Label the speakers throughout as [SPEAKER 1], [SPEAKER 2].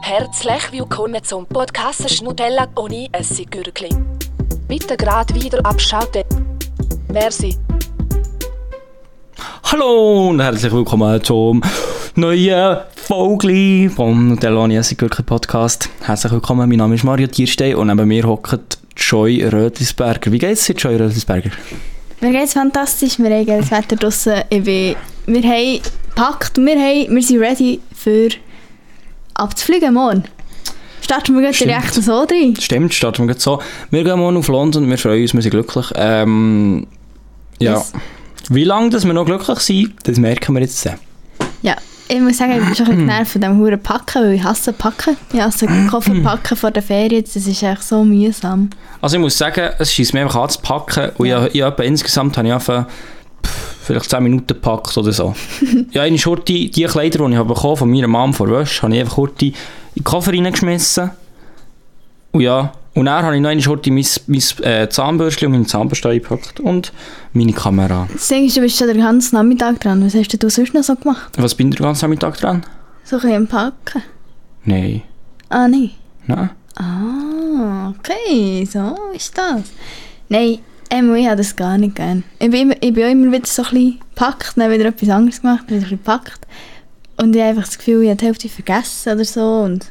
[SPEAKER 1] Herzlich willkommen zum Podcast Schnutella ohne Essigürkli. Bitte gerade wieder abschalten. Merci.
[SPEAKER 2] Hallo und herzlich willkommen zum neuen Vogli vom Nutelloni Essigürkli Podcast. Herzlich willkommen, mein Name ist Mario Tierstein und neben mir hockt Joy Rötisberger. Wie geht's dir, Joy Rötisberger?
[SPEAKER 3] Mir geht's fantastisch, wir haben geiles Wetter draussen. Ich bin, wir haben gepackt, wir, haben, wir sind ready für abzufliegen morgen. Starten wir gleich
[SPEAKER 2] Stimmt.
[SPEAKER 3] direkt so rein.
[SPEAKER 2] Stimmt, starten wir gerade so. Wir gehen morgen auf London, wir freuen uns, wir sind glücklich. Ähm, ja.
[SPEAKER 3] Yes.
[SPEAKER 2] Wie lange dass wir noch glücklich sind, das merken wir jetzt.
[SPEAKER 3] Ja, ich muss sagen, ich bin schon ein bisschen genervt von diesem Huren Packen, weil ich hasse Packen. Ich hasse Koffer packen vor der Ferien, das ist echt so mühsam.
[SPEAKER 2] Also ich muss sagen, es schießt mir einfach anzupacken und ja. ich, ich etwa insgesamt habe ich einfach pff, vielleicht 10 Minuten gepackt oder so. ja, eine Schurte, die Kleider, die ich habe bekommen von meiner Mom vor Wäsche, habe ich einfach kurz in den Koffer reingeschmissen. Und ja, und dann habe ich noch eine Schurte mein, mein äh, Zahnbürstchen und meine Zahnbürste eingepackt und meine Kamera.
[SPEAKER 3] Das Ding ist, du bist schon den ganzen Nachmittag dran. Was hast denn du sonst noch so gemacht?
[SPEAKER 2] Was bin ich den ganzen Nachmittag dran?
[SPEAKER 3] So ein bisschen am Packen?
[SPEAKER 2] Nein.
[SPEAKER 3] Ah, nein.
[SPEAKER 2] Nein?
[SPEAKER 3] Ah, okay, so ist das. Nein, Emo, ich habe das gar nicht gern. Ich bin, immer, ich bin auch immer wieder so ein bisschen gepackt, dann wieder etwas anderes gemacht, wieder ein bisschen gepackt. Und ich habe einfach das Gefühl, ich habe die Hälfte vergessen oder so. Und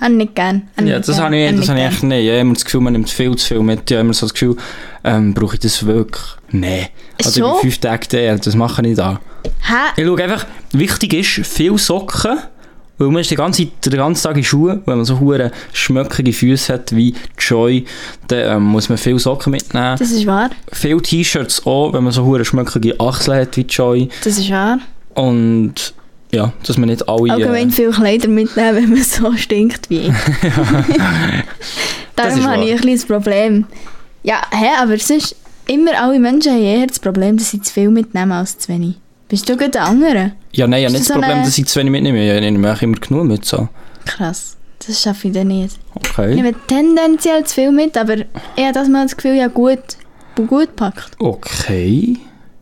[SPEAKER 3] habe ich nicht gern. Habe
[SPEAKER 2] Ja,
[SPEAKER 3] nicht
[SPEAKER 2] das
[SPEAKER 3] gern,
[SPEAKER 2] habe ich, das habe ich
[SPEAKER 3] gern.
[SPEAKER 2] echt nicht. Ich habe immer das Gefühl, man nimmt viel zu viel mit. Ich habe immer so das Gefühl, ähm, brauche ich das wirklich? Nein. Also ich
[SPEAKER 3] Schon?
[SPEAKER 2] bin fünf Tage da, das mache ich da.
[SPEAKER 3] Hä?
[SPEAKER 2] Ich schaue einfach, wichtig ist, viel Socken, weil man ist den ganzen, den ganzen Tag in Schuhen, wenn man so hure schmöckige Füße hat wie Joy, dann ähm, muss man viel Socken mitnehmen.
[SPEAKER 3] Das ist wahr.
[SPEAKER 2] Viel T-Shirts auch, wenn man so hure schmöckige Achseln hat wie Joy.
[SPEAKER 3] Das ist wahr.
[SPEAKER 2] Und ja, dass man nicht alle...
[SPEAKER 3] Allgemein
[SPEAKER 2] äh,
[SPEAKER 3] viel Kleider mitnehmen, wenn man so stinkt wie ich.
[SPEAKER 2] Das ist
[SPEAKER 3] Darum habe
[SPEAKER 2] wahr.
[SPEAKER 3] ich ein kleines Problem. Ja, hä, aber sonst, immer alle Menschen haben eher das Problem, dass sie zu viel mitnehmen als zu wenig. Bist du gut der andere?
[SPEAKER 2] ja, nein, ich habe nicht
[SPEAKER 3] Ist das
[SPEAKER 2] das Problem,
[SPEAKER 3] eine-
[SPEAKER 2] dass ich zu wenig mitnehme. Ich nehme eigentlich immer genug mit, so.
[SPEAKER 3] Krass, das schaffe ich dann nicht.
[SPEAKER 2] Okay.
[SPEAKER 3] Ich nehme tendenziell zu viel mit, aber ich habe das mal das Gefühl, ja gut, gut gepackt.
[SPEAKER 2] Okay.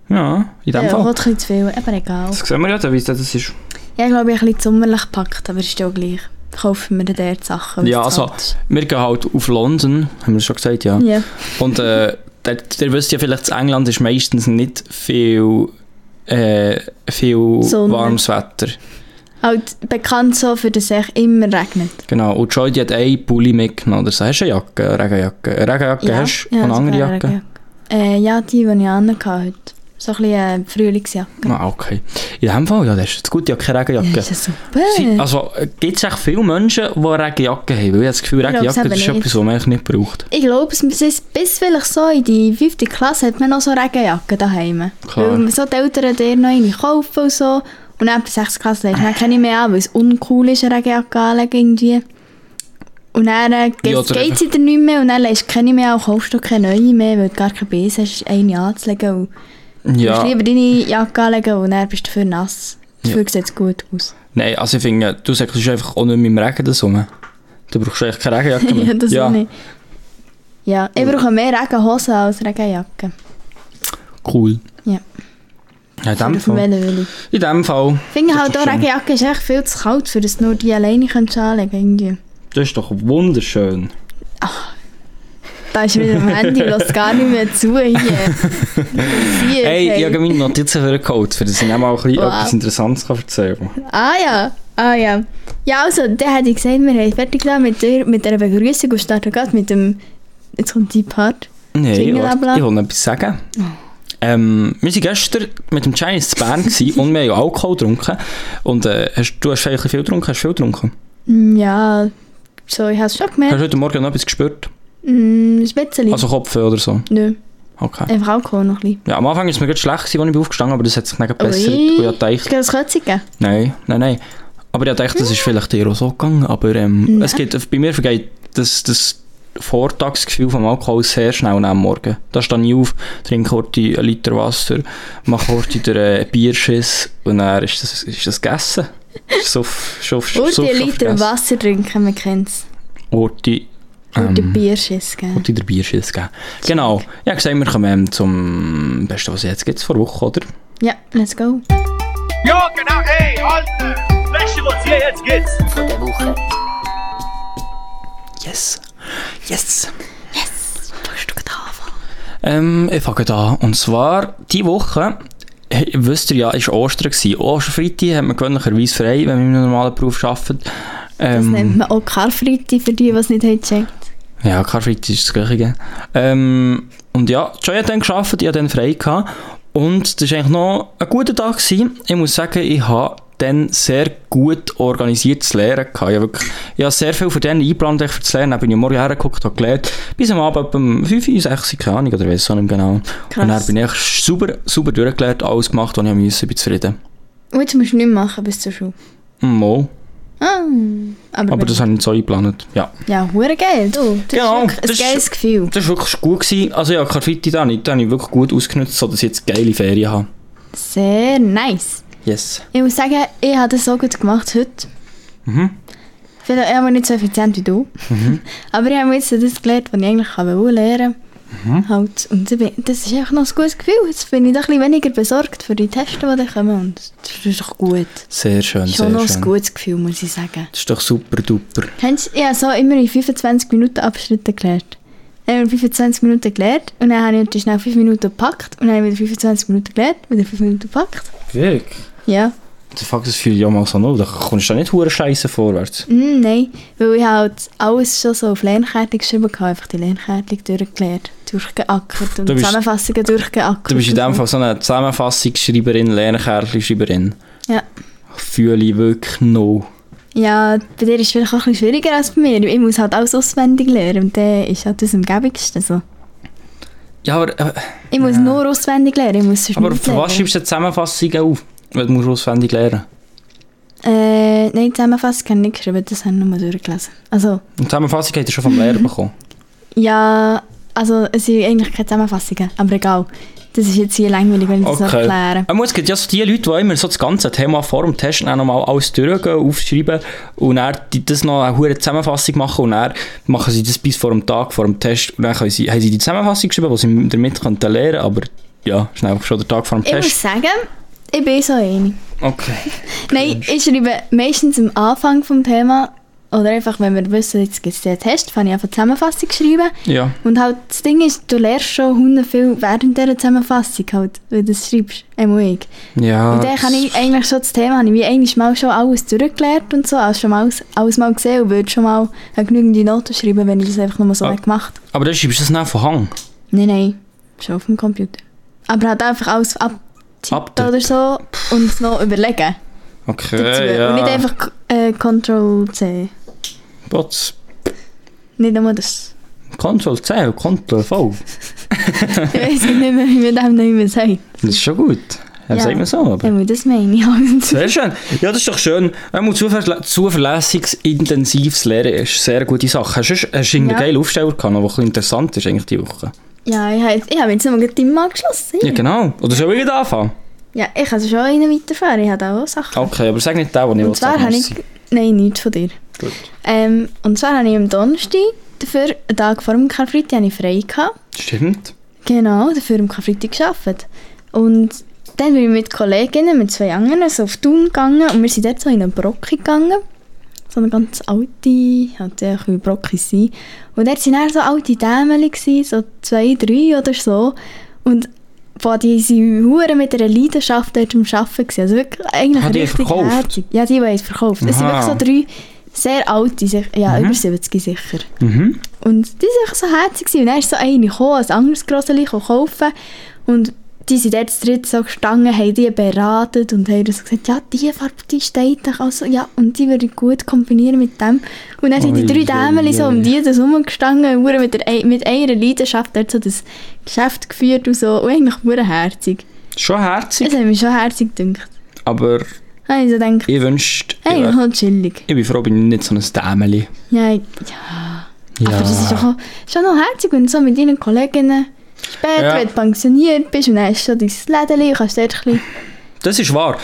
[SPEAKER 2] Ja, in dem
[SPEAKER 3] Ja,
[SPEAKER 2] Fall.
[SPEAKER 3] auch ein bisschen zu viel, aber egal.
[SPEAKER 2] Das sehen wir ja, wie das ist.
[SPEAKER 3] Ja, ich glaube, ich habe ein bisschen zu sommerlich gepackt, aber ist ja auch gleich. Kaufen wir dann dort Sachen. weil
[SPEAKER 2] Ja,
[SPEAKER 3] es
[SPEAKER 2] also,
[SPEAKER 3] kalt ist.
[SPEAKER 2] wir gehen halt auf London, haben wir schon gesagt, ja.
[SPEAKER 3] Ja.
[SPEAKER 2] Und äh, der, der wisst ja vielleicht, in England ist meistens nicht viel, äh, viel
[SPEAKER 3] Sonne.
[SPEAKER 2] warmes Wetter.
[SPEAKER 3] Halt bekannt so, für das es echt immer regnet.
[SPEAKER 2] Genau. Und Joy die hat einen Pulli mitgenommen. Oder so. Hast du eine Jacke? Eine Regenjacke? Eine Regenjacke hast du? und eine
[SPEAKER 3] sogar
[SPEAKER 2] andere
[SPEAKER 3] eine
[SPEAKER 2] Jacke?
[SPEAKER 3] Regenjacke. Äh, ja, die, die ich anhatte heute. So ein bisschen äh, Frühlingsjacke.
[SPEAKER 2] Ah, okay. In dem Fall, ja, das ist gut. Ich habe keine
[SPEAKER 3] Ja,
[SPEAKER 2] Regenjacke.
[SPEAKER 3] ist das Eh, super.
[SPEAKER 2] Sie- Also, gibt es echt viele Menschen, die Regenjacke haben? Weil ich habe das Gefühl,
[SPEAKER 3] Ich glaub's
[SPEAKER 2] Regenjacke das ist
[SPEAKER 3] eben
[SPEAKER 2] etwas, was man eigentlich nicht braucht.
[SPEAKER 3] ich glaube, es ist bis vielleicht so in die 5. Klasse hat man noch so Regenjacken daheim.
[SPEAKER 2] Klar.
[SPEAKER 3] Weil so die Eltern dir noch eine kaufen und so. Und dann ab 6. Klasse legst du dann keine mehr an, weil es uncool ist, eine Regenjacke anzulegen irgendwie. Und dann äh,
[SPEAKER 2] Ja,
[SPEAKER 3] geht
[SPEAKER 2] oder
[SPEAKER 3] es dir nicht mehr und dann legst du keine mehr an und kaufst du keine neue mehr, weil du gar keine Base hast, eine anzulegen. Und Du
[SPEAKER 2] Ja.
[SPEAKER 3] musst lieber deine Jacke anlegen und dann bist du für nass. Dafür sieht es gut aus.
[SPEAKER 2] Nein, also ich finde, du säckelst einfach auch nicht mit dem Regen das rum. Du brauchst eigentlich keine Regenjacke mehr.
[SPEAKER 3] ja, das auch nicht. Ja, ich brauche mehr Regenhosen als Regenjacke.
[SPEAKER 2] Cool.
[SPEAKER 3] Ja,
[SPEAKER 2] Ja, in,
[SPEAKER 3] für
[SPEAKER 2] dem
[SPEAKER 3] auf dem
[SPEAKER 2] Fall,
[SPEAKER 3] Velovilli.
[SPEAKER 2] in dem Fall,
[SPEAKER 3] Ich finde
[SPEAKER 2] Das
[SPEAKER 3] halt
[SPEAKER 2] ist
[SPEAKER 3] auch,
[SPEAKER 2] schön.
[SPEAKER 3] Regenjacke ist echt viel zu kalt, für das nur die alleine könntest du anlegen irgendwie.
[SPEAKER 2] das ist doch wunderschön.
[SPEAKER 3] Da ist wieder am Handy, lass gar nicht mehr zu hier. hier
[SPEAKER 2] Hey, ich habe meine Notizen für den Code, für das ich auch mal ein bisschen
[SPEAKER 3] Wow.
[SPEAKER 2] etwas Interessantes kann erzählen kann.
[SPEAKER 3] Ah ja, ah ja. Ja, also, dann hätte ich gesagt, wir haben fertig gemacht mit, der, mit dieser Begrüßung und starten gerade mit dem... Jetzt kommt die Part.
[SPEAKER 2] Nein,
[SPEAKER 3] Jingle
[SPEAKER 2] warte,
[SPEAKER 3] abla. Oh.
[SPEAKER 2] ich will noch etwas sagen. Ähm, wir waren gestern mit dem Chinese zu Bern gewesen und wir haben ja Alkohol getrunken. Und äh, hast, du hast vielleicht viel getrunken, hast viel getrunken.
[SPEAKER 3] Hm, Ja, so, ich habe es schon
[SPEAKER 2] Hast
[SPEAKER 3] gemerkt.
[SPEAKER 2] du heute Morgen noch etwas gespürt?
[SPEAKER 3] Mm, ein bisschen.
[SPEAKER 2] Also Kopf oder so?
[SPEAKER 3] Nö,
[SPEAKER 2] Okay.
[SPEAKER 3] einfach Alkohol noch ein bisschen.
[SPEAKER 2] Ja, am Anfang ist es mir gerade schlecht, gewesen, als ich bin aufgestanden aber das hat sich dann gebessert.
[SPEAKER 3] Oh, Ui.
[SPEAKER 2] Und ich habe gedacht,
[SPEAKER 3] Ich kann das Kötzchen geben.
[SPEAKER 2] Nein, nein, nein. Aber ich dachte, das ist vielleicht eher auch so gegangen. Aber ähm, es geht, bei mir vergeht das, das Vortagsgefühl vom Alkohol sehr schnell am Morgen. Da stehe ich auf, trinke kurz einen Liter Wasser, mache kurz den äh, Bierschiss und dann ist das, ist das gegessen. Suff, suff, suff,
[SPEAKER 3] Und
[SPEAKER 2] suff,
[SPEAKER 3] ein Liter Wasser trinken, man kennt es.
[SPEAKER 2] Orti,
[SPEAKER 3] Und
[SPEAKER 2] ähm,
[SPEAKER 3] ein Bierschiss geben.
[SPEAKER 2] Orti der Bierschiss geben. Genau. Ich habe gesagt, wir kommen ähm, zum Besten, was jetzt gibt, vor Woche, oder?
[SPEAKER 3] Ja, let's go.
[SPEAKER 4] Ja, genau, ey, Alter! Weißt du, was hier jetzt geht's?
[SPEAKER 5] von der Woche.
[SPEAKER 2] Ähm, ich fange an. Und zwar, diese Woche, hey, wisst ihr ja, ist Ostern gewesen. Osterfreitag hat man gewöhnlicherweise frei, wenn man in einem normalen Beruf arbeitet.
[SPEAKER 3] Das
[SPEAKER 2] Ähm,
[SPEAKER 3] nennt man auch Karfreitag für die, die es nicht haben gecheckt.
[SPEAKER 2] Ja, Karfreitag ist das Gleiche. gell? Ähm, und ja, die Joy hat dann gearbeitet, ich hatte dann frei. Gehabt. Und das war eigentlich noch ein guter Tag. Gewesen. Ich muss sagen, ich habe dann sehr gut organisiertes Lehren gehabt. Ich habe, wirklich, ich habe sehr viel von denen eingeplant eigentlich für das Lehren. Dann bin ich am Morgen hergeguckt, habe gelernt. Bis am Abend um 5, 6, Uhr, keine Ahnung, oder weiss auch nicht mehr genau. Und dann
[SPEAKER 3] Krass.
[SPEAKER 2] bin ich super, super durchgelernt, alles gemacht, was ich musste, bin zufrieden.
[SPEAKER 3] Und Oh, jetzt musst du nichts machen bis zur Schule.
[SPEAKER 2] Mo,
[SPEAKER 3] Ah, aber,
[SPEAKER 2] aber das habe ich nicht so eingeplant. Ja.
[SPEAKER 3] Ja, hure geil, du. Das
[SPEAKER 2] Genau,
[SPEAKER 3] ist
[SPEAKER 2] das
[SPEAKER 3] wirklich
[SPEAKER 2] ist-
[SPEAKER 3] ein geiles Gefühl.
[SPEAKER 2] Das war wirklich gut. Gewesen. Also ja, Karfreitag, da habe ich, da habe ich wirklich gut ausgenutzt, sodass ich jetzt geile Ferien habe.
[SPEAKER 3] Sehr nice.
[SPEAKER 2] Yes.
[SPEAKER 3] Ich muss sagen, ich habe das so gut gemacht heute.
[SPEAKER 2] Mhm.
[SPEAKER 3] Vielleicht ich bin nicht so effizient wie du. Aber ich habe jetzt das gelernt, was ich eigentlich wollte lernen.
[SPEAKER 2] Mhm.
[SPEAKER 3] Halt. Und ich bin- das ist einfach noch ein gutes Gefühl. Jetzt bin ich da ein bisschen weniger besorgt für die Tests, die dann kommen. Und das ist doch gut.
[SPEAKER 2] Sehr schön,
[SPEAKER 3] Schon noch
[SPEAKER 2] sehr
[SPEAKER 3] ein
[SPEAKER 2] schön.
[SPEAKER 3] gutes Gefühl, muss ich sagen.
[SPEAKER 2] Das ist doch super duper.
[SPEAKER 3] Kennst du, ich habe so immer in 25 Minuten Abschnitte gelernt. Dann habe ich 25 Minuten gelernt und dann habe ich heute schnell 5 Minuten gepackt und dann habe ich wieder 25 Minuten gelernt, wieder 5 Minuten gepackt.
[SPEAKER 2] Wirklich?
[SPEAKER 3] Ja.
[SPEAKER 2] Der Fakt ist, fühle ich auch mal so noch. Da kommst du da nicht hure scheiße vorwärts.
[SPEAKER 3] Mm, nein, weil ich halt alles schon so auf Lernkärtchen geschrieben habe, einfach die Lernkärtchen durchgelernt, durchgeackert und
[SPEAKER 2] Du bist-
[SPEAKER 3] Zusammenfassungen durchgeackert.
[SPEAKER 2] Du bist in
[SPEAKER 3] und
[SPEAKER 2] dem
[SPEAKER 3] so.
[SPEAKER 2] Fall so eine Zusammenfassungsschreiberin, Lernkärtchenschreiberin.
[SPEAKER 3] Ja.
[SPEAKER 2] Fühle ich wirklich noch.
[SPEAKER 3] Ja, bei dir ist es vielleicht auch ein bisschen schwieriger als bei mir. Ich muss halt alles auswendig lernen und dann ist halt das am gäbigsten so.
[SPEAKER 2] Ja, aber, äh,
[SPEAKER 3] Ich muss nur auswendig lernen, ich muss sonst
[SPEAKER 2] aber
[SPEAKER 3] nichts
[SPEAKER 2] für was
[SPEAKER 3] lernen.
[SPEAKER 2] schreibst du eine Zusammenfassung auf? Weil du musst auswendig lernen.
[SPEAKER 3] Äh, nein, die Zusammenfassung habe ich nicht geschrieben, das habe ich nur durchgelesen. Also,
[SPEAKER 2] Und die Zusammenfassung hast du schon vom Lehrer bekommen.
[SPEAKER 3] ja, also es sind eigentlich keine Zusammenfassungen, aber egal. Das ist jetzt hier langweilig, wenn ich das noch
[SPEAKER 2] Okay.
[SPEAKER 3] erkläre.
[SPEAKER 2] Aber es gibt ja so die Leute, die immer so das ganze Thema vor dem Test dann nochmal nou alles eh, durchgehen, aufschreiben und dann die- das noch eine hohe Zusammenfassung machen und dann machen sie das bis vor dem Tag, vor dem Test und dann können sie, haben sie die Zusammenfassung geschrieben, die sie damit könnten lernen aber ja, nou ist dann einfach schon der Tag vor dem
[SPEAKER 3] Ich muss
[SPEAKER 2] Test.
[SPEAKER 3] sagen, ich bin so eine.
[SPEAKER 2] Okay.
[SPEAKER 3] Nein, ich schreibe meistens am Anfang vom Thema oder einfach, wenn wir wissen, jetzt gibt es den Test, fange ich einfach die Zusammenfassung schreiben.
[SPEAKER 2] Ja.
[SPEAKER 3] Und halt, das Ding ist, du lernst schon hundert viel während dieser Zusammenfassung halt, weil du das schreibst, einmal ich.
[SPEAKER 2] Ja.
[SPEAKER 3] Und dann kann ich eigentlich schon das Thema, habe ich wie eigentlich mal schon alles zurückgelernt und so, also schon mal alles, alles mal gesehen und würde schon mal eine genügende Note schreiben, wenn ich das einfach nur so
[SPEAKER 2] Ah.
[SPEAKER 3] hätte gemacht.
[SPEAKER 2] aber dann schreibst du das nicht von nou Hang.
[SPEAKER 3] Nein, nein, schon auf dem Computer. Aber halt einfach alles abtippen
[SPEAKER 2] Abtippen.
[SPEAKER 3] oder so und noch überlegen
[SPEAKER 2] Okay,
[SPEAKER 3] dazu.
[SPEAKER 2] ja.
[SPEAKER 3] Und nicht einfach äh, Ctrl-C.
[SPEAKER 2] Bots.
[SPEAKER 3] Nicht nur das.
[SPEAKER 2] Control 10 und Control V.
[SPEAKER 3] Ich weiß nicht mehr, wie man dem noch immer sagt.
[SPEAKER 2] Das ist schon gut. Ja.
[SPEAKER 3] Ja.
[SPEAKER 2] Sagt man so, aber...
[SPEAKER 3] Ja, das meine ich halt.
[SPEAKER 2] Sehr schön. Ja, das ist doch schön. Einmal zuverlä zuverlässiges, intensives Lehren ist eine sehr gute Sache. Hast du, hast du irgendeinen
[SPEAKER 3] Ja.
[SPEAKER 2] geilen Aufsteller gehabt, der ein bisschen interessant ist eigentlich die Woche?
[SPEAKER 3] Ja, ich habe jetzt, ich habe jetzt nur die Mal geschlossen.
[SPEAKER 2] Ja, genau. Oder soll ich wieder anfangen?
[SPEAKER 3] Ja, ich kann schon einen weiterfahren. Ich habe da auch Sachen.
[SPEAKER 2] Okay, aber sag nicht den, den ich will
[SPEAKER 3] und zwar
[SPEAKER 2] sagen,
[SPEAKER 3] habe ich...
[SPEAKER 2] merci.
[SPEAKER 3] Nein, nichts von dir.
[SPEAKER 2] Gut.
[SPEAKER 3] Ähm, und zwar habe ich am Donnerstag, dafür einen Tag vor dem Karfreitag, habe ich frei gehabt.
[SPEAKER 2] Stimmt.
[SPEAKER 3] Genau, dafür am Karfreitag gearbeitet. Und dann bin ich mit Kolleginnen, mit zwei anderen, so auf Thun gegangen und wir sind dort so in eine Brocke gegangen. So eine ganz alte, halt ja, ein Brocke sein. Und dort waren dann so alte Dämeli, gewesen, so zwei, drei oder so. Und boah, die waren hure mit einer Leidenschaft dort am Arbeiten. gewesen. Also wirklich, eigentlich
[SPEAKER 2] Ah, die haben
[SPEAKER 3] richtig
[SPEAKER 2] verkauft?
[SPEAKER 3] herzig. Ja, die haben es verkauft. Es sind
[SPEAKER 2] Aha.
[SPEAKER 3] wirklich so drei sehr alte, sich- ja, über 70 sicher.
[SPEAKER 2] Mhm.
[SPEAKER 3] Und die waren so herzig. gewesen. Und dann ist so eine gekommen, ein anderes Groseli kaufen. Und die sind dort zu dritt so gestanden, haben die beraten und haben so gesagt, ja, diese Farbe, die steht doch also, ja, und die würde gut kombinieren mit dem. Und dann sind die drei
[SPEAKER 2] Ui, ui,
[SPEAKER 3] Dämeli so
[SPEAKER 2] ui.
[SPEAKER 3] um die das rumgestanden und wurden mit, der, mit einer Leidenschaft dort so das Geschäft geführt und so. Und eigentlich wurden herzig.
[SPEAKER 2] Schon herzig,
[SPEAKER 3] Das hat mich schon herzig gedacht.
[SPEAKER 2] aber
[SPEAKER 3] Dann habe ich so gedacht,
[SPEAKER 2] ich wünschte... Ich,
[SPEAKER 3] hey,
[SPEAKER 2] wär-
[SPEAKER 3] ja. chillig.
[SPEAKER 2] ich bin froh, bin ich nicht so ein Dämeli.
[SPEAKER 3] Ja, ich- ja. Aber das ist doch auch, schon noch herzig, wenn du so mit deinen Kolleginnen später,
[SPEAKER 2] Ja.
[SPEAKER 3] wenn du pensioniert bist und dann hast du so dein Lädeli und kannst dort ein bisschen
[SPEAKER 2] Das ist wahr.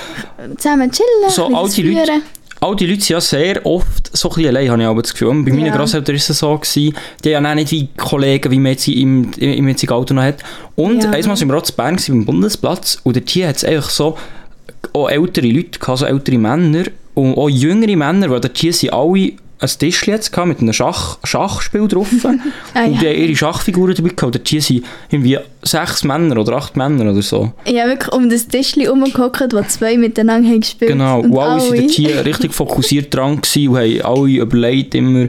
[SPEAKER 3] zusammen chillen.
[SPEAKER 2] So
[SPEAKER 3] ein
[SPEAKER 2] alte
[SPEAKER 3] bisschen
[SPEAKER 2] Leute.
[SPEAKER 3] führen.
[SPEAKER 2] All die Leute sind ja sehr oft so ein bisschen allein, habe ich aber das Gefühl. Und Bei meinen
[SPEAKER 3] Ja.
[SPEAKER 2] Grosseltern ist es so, gewesen, die haben auch nicht wie Kollegen, wie man jetzt im, im jetzigen Alter noch hat. Und
[SPEAKER 3] Ja.
[SPEAKER 2] einmal waren wir auch in Bern gewesen, beim Bundesplatz und dort hier hat es einfach so auch ältere Leute gehabt, so ältere Männer und auch jüngere Männer, weil dort hier sind alle ein Tisch jetzt gehabt mit einem Schach, Schachspiel drauf.
[SPEAKER 3] Ah,
[SPEAKER 2] und
[SPEAKER 3] ja.
[SPEAKER 2] die haben ihre Schachfiguren dabei gehabt. Und die sind irgendwie sechs Männer oder acht Männer oder so.
[SPEAKER 3] Ich habe wirklich um das Tischchen herumgehockt, wo zwei miteinander haben gespielt
[SPEAKER 2] Genau.
[SPEAKER 3] Und
[SPEAKER 2] Und alle
[SPEAKER 3] alle-
[SPEAKER 2] sind hier richtig fokussiert dran gewesen und haben alle überlegt immer.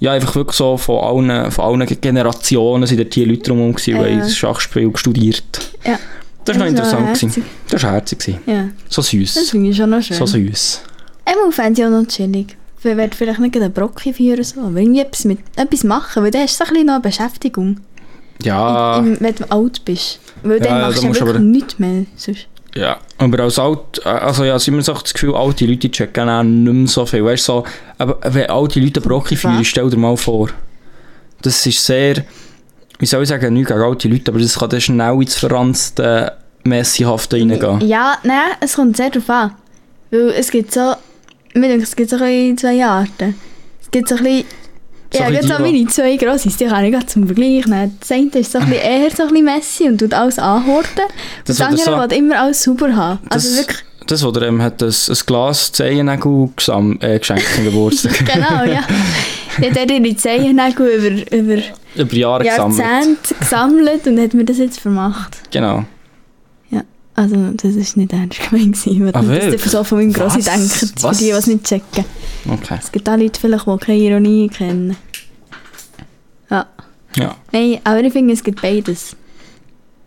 [SPEAKER 2] Ja, einfach wirklich so von allen, von allen Generationen sind dort hier Leute drumherum gewesen, und
[SPEAKER 3] Ja.
[SPEAKER 2] haben das Schachspiel studiert.
[SPEAKER 3] Ja.
[SPEAKER 2] Das war noch
[SPEAKER 3] Das war
[SPEAKER 2] interessant.
[SPEAKER 3] herzig.
[SPEAKER 2] gewesen. Das war herzig. gewesen.
[SPEAKER 3] Ja,
[SPEAKER 2] So
[SPEAKER 3] das
[SPEAKER 2] süß.
[SPEAKER 3] finde ich schon noch schön.
[SPEAKER 2] So süß.
[SPEAKER 3] Einmal fände ich auch noch chillig. Wir werden vielleicht nicht einen Brocken führen oder so, aber irgendwie etwas, mit, etwas machen, weil dann hast du so ein bisschen noch eine Beschäftigung,
[SPEAKER 2] Ja.
[SPEAKER 3] im- wenn du alt bist. Weil dann
[SPEAKER 2] Ah. ja,
[SPEAKER 3] machst
[SPEAKER 2] da
[SPEAKER 3] du ja
[SPEAKER 2] musst du
[SPEAKER 3] wirklich
[SPEAKER 2] aber-
[SPEAKER 3] nichts mehr. Sonst.
[SPEAKER 2] Ja, aber als alt, also ja, es ist immer so das Gefühl, alte Leute checken auch nicht mehr so viel. Weißt du, so, aber wenn alte Leute Brocki führen,
[SPEAKER 3] Was?
[SPEAKER 2] stell dir mal vor. Das ist sehr, wie soll ich sagen, nichts gegen alte Leute, aber das kann dann schnell ins verranzte Messihafte reingehen.
[SPEAKER 3] Ja, nein, es kommt sehr darauf an. Weil es gibt so, mir denke, es gibt so ein bisschen zwei Arten. Es gibt so ein bisschen,
[SPEAKER 2] So
[SPEAKER 3] ja,
[SPEAKER 2] ein
[SPEAKER 3] jetzt
[SPEAKER 2] bisschen
[SPEAKER 3] so meine zwei Grosses, die kann ich gerade zum Vergleich nehmen. Das eine ist so ein bisschen eher so ein bisschen messy und tut alles anhorten. Und
[SPEAKER 2] Das
[SPEAKER 3] das,
[SPEAKER 2] oder
[SPEAKER 3] andere
[SPEAKER 2] so-
[SPEAKER 3] will immer alles sauber haben. Also
[SPEAKER 2] Das-
[SPEAKER 3] wirklich,
[SPEAKER 2] Das, was er ihm hat, ein, ein Glas Zehennägel gesam- äh, geschenkt zum Geburtstag.
[SPEAKER 3] genau, ja. Ja, der hat ihre Zehennägel über, über
[SPEAKER 2] Über Jahre gesammelt.
[SPEAKER 3] Jahrzehnte gesammelt und hat mir das jetzt vermacht.
[SPEAKER 2] Genau.
[SPEAKER 3] Also, dus das ist nicht ernst gemeint, gewesen, wenn
[SPEAKER 2] Ah,
[SPEAKER 3] man das
[SPEAKER 2] wirklich?
[SPEAKER 3] einfach so von meinem Grossi
[SPEAKER 2] Was?
[SPEAKER 3] denkt. Für
[SPEAKER 2] Was?
[SPEAKER 3] die, die es nicht checken.
[SPEAKER 2] Okay.
[SPEAKER 3] Es gibt auch Leute, vielleicht, die keine Ironie kennen. Ja.
[SPEAKER 2] Ja.
[SPEAKER 3] Nein, aber ich finde, es gibt beides.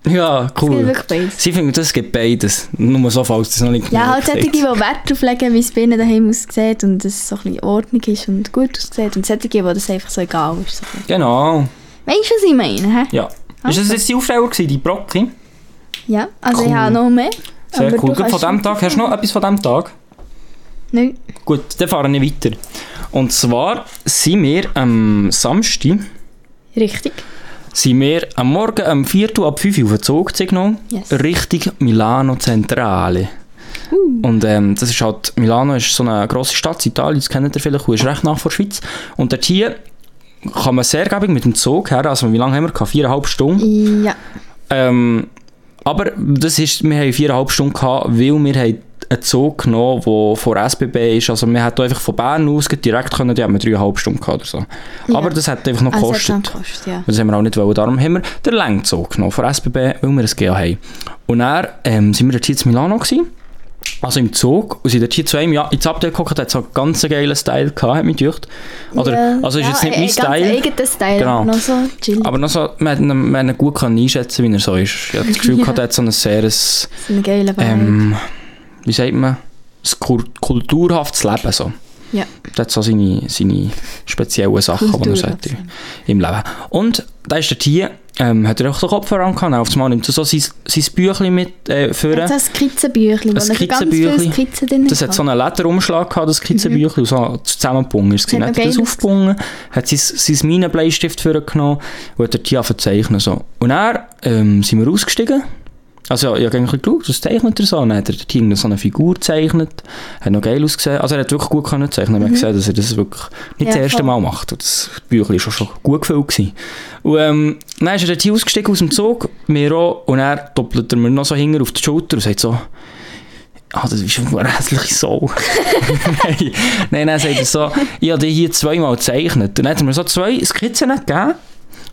[SPEAKER 2] Ja,
[SPEAKER 3] Es gibt
[SPEAKER 2] cool.
[SPEAKER 3] wirklich beides.
[SPEAKER 2] Sie finden, das gibt beides. Nur so, falls das noch nicht
[SPEAKER 3] Ja,
[SPEAKER 2] gemerkt
[SPEAKER 3] halt solche, die Wert darauf legen, wie es bei ihnen daheim aussieht und es so ein bisschen Ordnung ist und gut aussieht. Und solche, die das einfach so egal ist. So. ein bisschen-
[SPEAKER 2] Genau.
[SPEAKER 3] Weißt du, was ich meine? Hä?
[SPEAKER 2] Ja.
[SPEAKER 3] Also.
[SPEAKER 2] Ist das jetzt die Aufsteller gewesen, die Brocki?
[SPEAKER 3] Ja, also ich
[SPEAKER 2] Cool.
[SPEAKER 3] habe noch mehr.
[SPEAKER 2] Sehr
[SPEAKER 3] aber
[SPEAKER 2] cool.
[SPEAKER 3] du
[SPEAKER 2] Gut, von
[SPEAKER 3] kannst-
[SPEAKER 2] diesem Tag, hast du noch etwas von diesem Tag?
[SPEAKER 3] Nein.
[SPEAKER 2] Gut, dann fahre ich weiter. Und zwar sind wir am Samstag,
[SPEAKER 3] Richtig.
[SPEAKER 2] sind wir am Morgen um 4 Uhr ab 5 Uhr auf den Zug genommen,
[SPEAKER 3] Yes.
[SPEAKER 2] Richtung Milano Centrale.
[SPEAKER 3] Uh.
[SPEAKER 2] Und ähm, das ist halt, Milano ist so eine grosse Stadt in Italien, das kennt ihr vielleicht, und ist recht nah vor der Schweiz. Und dort hier kann man sehr gäbig mit dem Zug her, also wie lange haben wir? gehabt? Viereinhalb Stunden.
[SPEAKER 3] Ja.
[SPEAKER 2] Ähm, aber das ist, wir haben viereinhalb Stunden gehabt, weil wir haben einen Zug genommen, der von der SBB ist. Also wir hätten einfach von Bern aus gleich direkt können, die haben wir dreieinhalb Stunden gehabt oder so.
[SPEAKER 3] Ja.
[SPEAKER 2] Aber das hat einfach noch
[SPEAKER 3] Also, es
[SPEAKER 2] gekostet.
[SPEAKER 3] hat noch gekostet, ja.
[SPEAKER 2] Das haben wir auch nicht wollen. Darum haben wir den Längzug genommen von SBB, weil wir ein GA haben. Und dann ähm, sind wir jetzt hier in Milano gewesen. Also im Zug. Und sind dort hier zu einem Jahr ins Update geguckt. Hat so einen ganz geilen Style gehabt, hat mich gedacht. Oder,
[SPEAKER 3] ja.
[SPEAKER 2] Also ist
[SPEAKER 3] ja,
[SPEAKER 2] jetzt nicht
[SPEAKER 3] ein-
[SPEAKER 2] mein
[SPEAKER 3] Ein
[SPEAKER 2] Style.
[SPEAKER 3] ganz eigener Style.
[SPEAKER 2] Genau.
[SPEAKER 3] Noch so chillig.
[SPEAKER 2] Aber noch so, man, hat ihn- man hat ihn gut können einschätzen, wie er so ist. Ich habe das Gefühl,
[SPEAKER 3] Ja.
[SPEAKER 2] gehabt, er hat so ein sehr, ein,
[SPEAKER 3] so ein geiler Vibe.
[SPEAKER 2] ähm, wie sagt man, ein kur- kulturhaftes Leben. So.
[SPEAKER 3] Ja.
[SPEAKER 2] Er hat so seine, seine speziellen Sachen, die er so hat
[SPEAKER 3] Kulturhaft,
[SPEAKER 2] im Leben. Und da ist der Tier, ähm, hat er auch den Kopfhörer angehabt, auf einmal nimmt er so sein, sein Büchlein mit äh,
[SPEAKER 3] Jetzt
[SPEAKER 2] führen.
[SPEAKER 3] hast du ein Skizzenbüchlein, wo
[SPEAKER 2] Ein
[SPEAKER 3] dann so ganz viele
[SPEAKER 2] Skizzenbüchlein.
[SPEAKER 3] Skizzen drin
[SPEAKER 2] Das hat so einen Lederumschlag gehabt, das Skizzenbüchlein, und so zusammengebunden ist es. Dann
[SPEAKER 3] Hat noch
[SPEAKER 2] hat er das
[SPEAKER 3] geil
[SPEAKER 2] aufgebunden, hat sein, sein Minenbleistift vorgenommen und hat dort hier verzeichnen so. Und dann ähm, sind wir ausgestiegen. Also ja, ich habe ein bisschen geschaut, was zeichnet er so. Und Dann hat er dort irgendeine so eine Figur gezeichnet, hat noch geil ausgesehen. Also er hat wirklich gut können zeichnen, man hat gesehen, dass er das wirklich nicht
[SPEAKER 3] Mhm. Ja,
[SPEAKER 2] das erste
[SPEAKER 3] voll.
[SPEAKER 2] Mal macht. Und das Büchlein ist auch schon gut gefüllt gewesen. Und ähm, dann ist er dort hier ausgestiegen aus dem Zug, mir auch, und er doppelt er mir noch so hinten auf die Schulter und sagt so, Ah, das ist eine hässliche Sau. nein, nein, dann sagt er so, ich habe dich hier zweimal gezeichnet. Und dann hat er mir so zwei Skizzen gegeben,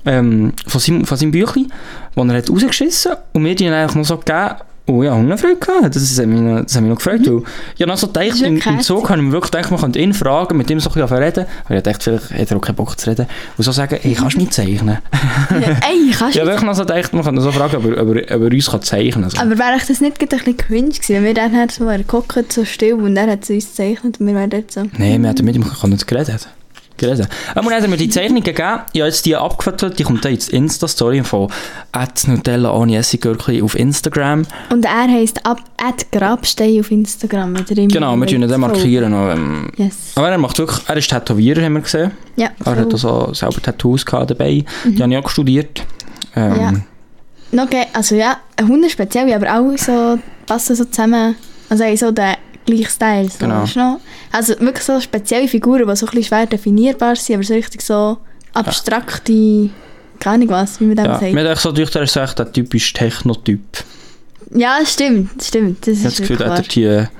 [SPEAKER 2] ähm, von, seinem, von seinem Büchlein, die er hat rausgeschissen und mir die dann einfach noch so gegeben. Oh ja, Hungerfreude gehabt. Das, ist- hat mich noch- das hat mich noch gefreut. weil Ich habe noch so
[SPEAKER 3] ist
[SPEAKER 2] gedacht, im,
[SPEAKER 3] wirklich
[SPEAKER 2] im Zug habe ich mir wirklich gedacht, man könnte ihn fragen, mit ihm so ein bisschen anfangen zu reden. Aber ich dachte, vielleicht hat er auch keinen Bock zu reden. Und so sagen, hey, kannst du mich zeichnen?
[SPEAKER 3] Ey, kannst
[SPEAKER 2] Ich
[SPEAKER 3] du
[SPEAKER 2] habe wirklich noch so gedacht, man könnte so fragen, ob er, ob er, ob er uns kann zeichnen kann.
[SPEAKER 3] aber wäre ich das nicht gerade ein bisschen cringe gewesen, wenn wir dann halt so geguckt, so still und er hat es uns gezeichnet und wir wären dort so.
[SPEAKER 2] Nein, wir hatten mit ihm nicht geredet. geredet. Ah, Aber dann hat er mir die Zeichnung gegeben. Ich habe jetzt die abgefüttert. Die kommt dann jetzt Insta-Story von at Nutella ohne Essiggürkli auf Instagram.
[SPEAKER 3] Und er heisst ab at Grabstein auf Instagram. Wenn ihr ihm
[SPEAKER 2] Genau, wir tun ihn dann
[SPEAKER 3] folgt.
[SPEAKER 2] markieren. noch, Ähm,
[SPEAKER 3] Yes.
[SPEAKER 2] aber er macht wirklich, er ist Tätowierer, haben wir gesehen.
[SPEAKER 3] Ja,
[SPEAKER 2] Er hat
[SPEAKER 3] voll.
[SPEAKER 2] auch so selber Tattoos gehabt dabei. Die habe ich auch studiert. Ähm,
[SPEAKER 3] Mhm. Ja. Noch ge- also ja, Hunde speziell, aber auch so, passen so zusammen. Also haben so den gleichen Style. So.
[SPEAKER 2] Genau.
[SPEAKER 3] Ist noch- Also wirklich so spezielle Figuren, die so ein bisschen schwer definierbar sind, aber so richtig so abstrakte, keine Ahnung was, wie man dem
[SPEAKER 2] Ja.
[SPEAKER 3] sagt.
[SPEAKER 2] Mir hat echt so gedacht, er ist echt der typische Technotyp.
[SPEAKER 3] Ja, stimmt, stimmt. Das
[SPEAKER 2] Ich habe das
[SPEAKER 3] ist
[SPEAKER 2] Gefühl,
[SPEAKER 3] wirklich
[SPEAKER 2] er
[SPEAKER 3] wahr.
[SPEAKER 2] hat die,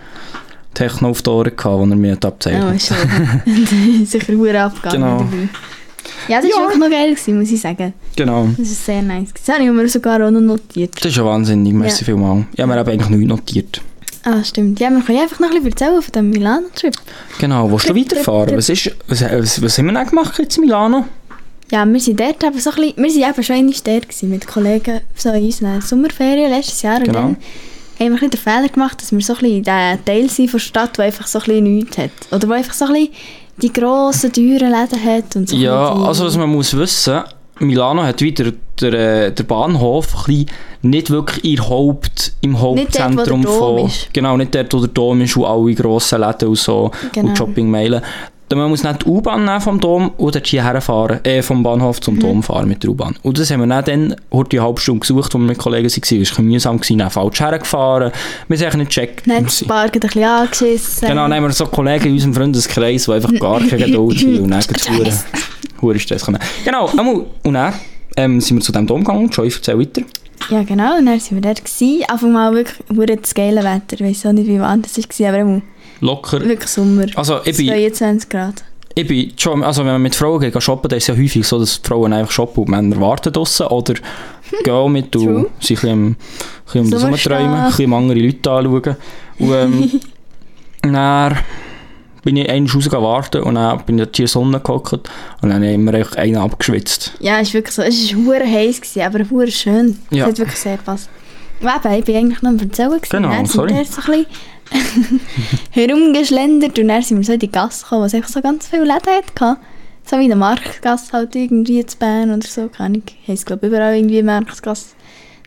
[SPEAKER 2] Techno auf die Ohren gehabt, als er mir hat
[SPEAKER 3] Oh,
[SPEAKER 2] abzeichnet
[SPEAKER 3] ist schon. Sicher Uhr abgegangen
[SPEAKER 2] Genau.
[SPEAKER 3] dabei. Ja, dus das war wirklich noch geil, gewesen, muss ich sagen.
[SPEAKER 2] Genau.
[SPEAKER 3] Das ist sehr nice. Das habe ich mir sogar auch noch notiert.
[SPEAKER 2] Das ist ja wahnsinnig, merci
[SPEAKER 3] Ja.
[SPEAKER 2] vielmals. Ich habe mir eben eigentlich nichts notiert.
[SPEAKER 3] Ah, stimmt. Ja, wir können einfach noch ein bisschen erzählen von dem Milano-Trip.
[SPEAKER 2] Genau, willst du
[SPEAKER 3] Trip,
[SPEAKER 2] weiterfahren?
[SPEAKER 3] trip,
[SPEAKER 2] Was, ist, was, was, was haben wir denn gemacht jetzt in Milano?
[SPEAKER 3] Ja, wir sind dort eben so ein bisschen, wir sind eben schon einmal dort gewesen, mit Kollegen so in unseren Sommerferien letztes Jahr.
[SPEAKER 2] Genau.
[SPEAKER 3] Und dann haben wir ein bisschen den Fehler gemacht, dass wir so ein bisschen der Teil sind von der Stadt, der einfach so ein bisschen nichts hat. Oder wo einfach so ein bisschen die grossen, teuren Läden hat und so ein
[SPEAKER 2] Ja,
[SPEAKER 3] bisschen die-
[SPEAKER 2] also was man muss wissen, Milano hat wieder der, äh, der Bahnhof ein bisschen nicht wirklich ihr Haupt, im
[SPEAKER 3] Nicht dort, wo der
[SPEAKER 2] Hauptzentrum
[SPEAKER 3] Dom
[SPEAKER 2] von...
[SPEAKER 3] ist.
[SPEAKER 2] Genau, nicht dort, wo der Dom ist und alle grossen Läden und so
[SPEAKER 3] Genau.
[SPEAKER 2] und Shoppingmeilen. Dann Man muss nicht die U-Bahn nehmen vom Dom oder hierher fahren, äh, vom Bahnhof
[SPEAKER 3] Mhm.
[SPEAKER 2] zum Dom fahren mit der U-Bahn. Und das haben wir dann, dann heute eine halbe Stunde gesucht, als wir mit Kollegen waren. Es war ein bisschen mühsam, gewesen, dann falsch hergefahren. Wir sind eigentlich nicht gecheckt.
[SPEAKER 3] Dann hat das Bar gerade ein bisschen angeschissen.
[SPEAKER 2] Genau, nehmen wir so Kollegen in unserem Freundeskreis, die einfach gar keine Geduld haben und dann gleich Huren- Huren Stress kommen. Genau, einmal, und dann ähm, sind wir zu dem Dom gegangen, Joy, erzähl weiter.
[SPEAKER 3] Ja, genau. Und dann waren wir dort. Gewesen. Anfang mal wirklich wurde das geile Wetter. Ich weiß auch nicht, wie warm das war, aber immer
[SPEAKER 2] Locker.
[SPEAKER 3] wirklich Sommer.
[SPEAKER 2] Also ich bin,
[SPEAKER 3] 22 Grad.
[SPEAKER 2] ich bin schon, also wenn man mit Frauen geht shoppen, dann ist es ja häufig so, dass Frauen einfach shoppen und Männer warten draussen oder gehen auch mit und
[SPEAKER 3] Hm. True.
[SPEAKER 2] sich ein bisschen, ein bisschen um das
[SPEAKER 3] Sommerstag.
[SPEAKER 2] Rumträumen, ein bisschen andere Leute anschauen. Und ähm, dann bin ich einmal rausgegangen warten und dann bin ich dort hier in die Sonne gehockt und dann haben wir echt einen abgeschwitzt.
[SPEAKER 3] Ja, es ist wirklich so. Es war hure heiß, gewesen, aber hure schön.
[SPEAKER 2] Ja.
[SPEAKER 3] Es hat wirklich sehr gepasst. Und eben, ich war eigentlich noch am Erzählen. Gewesen.
[SPEAKER 2] Genau,
[SPEAKER 3] dann sind
[SPEAKER 2] sorry.
[SPEAKER 3] Wir erst so ein bisschen herumgeschlendert und dann sind wir so in die Gasse gekommen, wo es einfach so ganz viele Läden hatte. So wie in der Marktgasse halt irgendwie in Bern oder so. Keine Ahnung, heisst glaube ich überall irgendwie Marktgasse.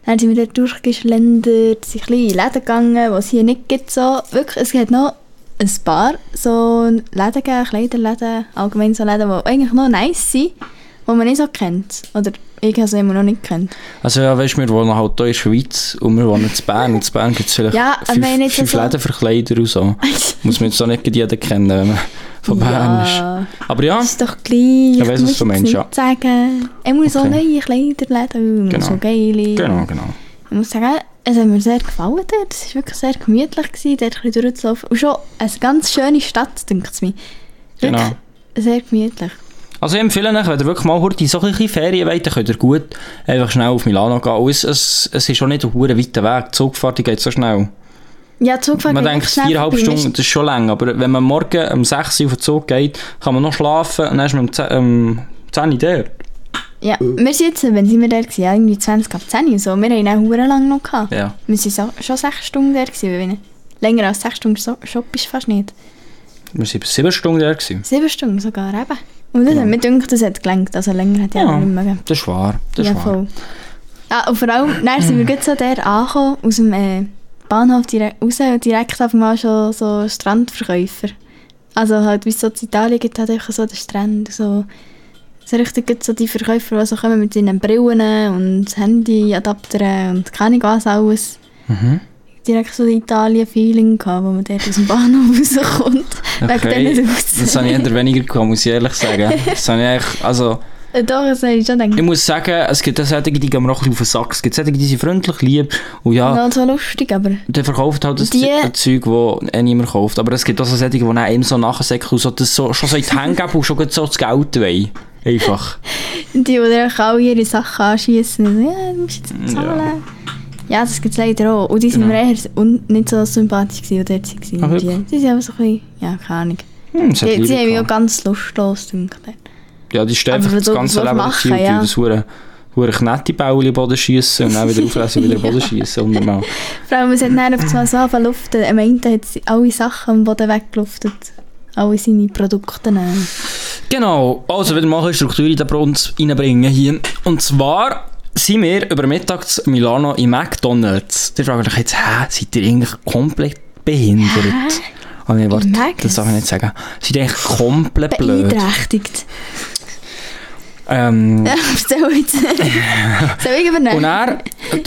[SPEAKER 3] Dann sind wir dort durchgeschlendert, sind ein bisschen in Läden gegangen, die es hier nicht gibt. So. Wirklich, es hat noch ein paar so Läden gegeben, Kleiderläden, allgemein so Läden, die eigentlich noch nice sind, die man nicht so kennt. Oder ich habe sie immer noch nicht kennt.
[SPEAKER 2] Also ja, weißt du, wir wohnen halt hier in der Schweiz und wir wohnen in Bern. Und in Bern gibt es vielleicht
[SPEAKER 3] Ja, ich
[SPEAKER 2] fünf,
[SPEAKER 3] meine jetzt
[SPEAKER 2] fünf
[SPEAKER 3] so-
[SPEAKER 2] Lädenverkleider und so. Muss man jetzt auch nicht jeden kennen, wenn man von Bern ist.
[SPEAKER 3] ja,
[SPEAKER 2] Aber ja,
[SPEAKER 3] das ist doch gleich.
[SPEAKER 2] Ich weiss, was
[SPEAKER 3] muss
[SPEAKER 2] du
[SPEAKER 3] jetzt
[SPEAKER 2] meinst,
[SPEAKER 3] nicht
[SPEAKER 2] ja.
[SPEAKER 3] sagen. Ich muss so
[SPEAKER 2] Okay.
[SPEAKER 3] neue Kleiderläden,
[SPEAKER 2] Genau.
[SPEAKER 3] genau. so geile.
[SPEAKER 2] genau, genau.
[SPEAKER 3] Ich muss sagen, es hat mir sehr gefallen dort. Es war wirklich sehr gemütlich, gewesen, dort ein bisschen durchzulaufen. Und schon eine ganz schöne Stadt, denkt es mir. Wirklich
[SPEAKER 2] Genau.
[SPEAKER 3] Sehr gemütlich.
[SPEAKER 2] Also ich empfehle euch, wenn ihr wirklich mal heute so ein bisschen Ferien wollt, dann könnt ihr gut einfach schnell auf Milano gehen. Und es, es, es ist auch nicht ein verdammt weiter Weg. Die Zugfahrt die geht so schnell.
[SPEAKER 3] Ja, die Zugfahrt
[SPEAKER 2] man
[SPEAKER 3] geht
[SPEAKER 2] denkt,
[SPEAKER 3] echt schnell
[SPEAKER 2] viereinhalb
[SPEAKER 3] vorbei.
[SPEAKER 2] Stunden, das ist schon lang. Aber wenn man morgen um 6 Uhr auf den Zug geht, kann man noch schlafen und dann ist man um 10, um 10 Uhr dort.
[SPEAKER 3] Ja, wir sind jetzt, wenn sind wir dort gewesen, ja, irgendwie 20 ab 10 Uhr so. Wir haben auch hure lang noch gehabt.
[SPEAKER 2] Ja.
[SPEAKER 3] Wir sind so, schon 6 Stunden dort gewesen, weil wenn du länger als 6 Stunden so, shoppst du fast nicht.
[SPEAKER 2] Wir waren 7 Stunden dort. Gewesen.
[SPEAKER 3] 7 Stunden sogar eben. Und das, ja. mir denkt, das hat gelangt, also länger hat ja,
[SPEAKER 2] Ja.
[SPEAKER 3] auch nicht mögen.
[SPEAKER 2] Das ist wahr, das
[SPEAKER 3] ja,
[SPEAKER 2] ist wahr.
[SPEAKER 3] voll. Ja, und vor allem, dann sind wir gerade so der angekommen, aus dem äh, Bahnhof direkt raus und direkt auf einmal schon so Strandverkäufer. Also halt, wie es so in Italien gibt, halt einfach so den Strand, so... So richtig gut so die Verkäufer, die so kommen mit ihren Brillen und Handyadaptern und keine Ahnung was alles.
[SPEAKER 2] Mhm.
[SPEAKER 3] Direkt so ein Italien-Feeling gehabt, wo man dort aus dem Bahnhof rauskommt.
[SPEAKER 2] Okay.
[SPEAKER 3] Wegen diesen
[SPEAKER 2] Das habe ich eher weniger gehabt, muss ich ehrlich sagen. Das habe ich eigentlich, also,
[SPEAKER 3] Äh, Doch, das habe ich schon
[SPEAKER 2] ich
[SPEAKER 3] gedacht.
[SPEAKER 2] muss sagen, es gibt auch solche, die gehen mir auch ein bisschen auf den Sack. Es gibt solche, die sind freundlich, lieb und ja,
[SPEAKER 3] Noch so lustig, aber...
[SPEAKER 2] der verkauft halt das
[SPEAKER 3] Die-
[SPEAKER 2] Ze- Zeug, das eh niemand kauft. Aber es gibt auch so solche, die dann einem so nachsäckeln und so, das so, schon so in die Hände geben und schon gleich so das Geld wollen. Einfach.
[SPEAKER 3] Die, die dann auch alle ihre Sachen anschießen. und so, Ja, du musst jetzt bezahlen.
[SPEAKER 2] Ja.
[SPEAKER 3] Ja, das gibt es leider auch. Und die sind
[SPEAKER 2] Genau.
[SPEAKER 3] mir eher un nicht so sympathisch gewesen, die dort
[SPEAKER 2] Ah,
[SPEAKER 3] waren. Die,
[SPEAKER 2] wirklich?
[SPEAKER 3] die sind aber so ein bisschen, ja, keine Ahnung.
[SPEAKER 2] Hm, das hat
[SPEAKER 3] Die,
[SPEAKER 2] Liebe
[SPEAKER 3] die haben mich auch
[SPEAKER 2] gehabt.
[SPEAKER 3] ganz lustlos gedacht.
[SPEAKER 2] ja, die stehen
[SPEAKER 3] Aber
[SPEAKER 2] einfach das
[SPEAKER 3] was-
[SPEAKER 2] ganze
[SPEAKER 3] was
[SPEAKER 2] Leben
[SPEAKER 3] machen,
[SPEAKER 2] dazu,
[SPEAKER 3] ja.
[SPEAKER 2] ja. das hure hure Knettibauli in den Boden schiessen und dann wieder auflesen und wieder in den Boden schiessen. Und normal.
[SPEAKER 3] Vor allem, es hat dann auf einmal so angefangen zu luften. Am Ende hat sie alle Sachen am Boden weggeluftet. Alle seine Produkte. nehmen.
[SPEAKER 2] Genau, also wieder mal ein bisschen Struktur in den Brunz reinbringen hier. Und zwar sind wir über Mittag zu Milano im McDonalds. Die fragen euch jetzt, hä, seid ihr eigentlich komplett behindert? Oh nee, warte,
[SPEAKER 3] Mac?
[SPEAKER 2] das darf ich nicht sagen. Seid ihr eigentlich komplett blöd? Hm.
[SPEAKER 3] Beeinträchtigt.
[SPEAKER 2] Ähm,
[SPEAKER 3] Ja, erzähl jetzt. Soll ich übernehmen?
[SPEAKER 2] Und er,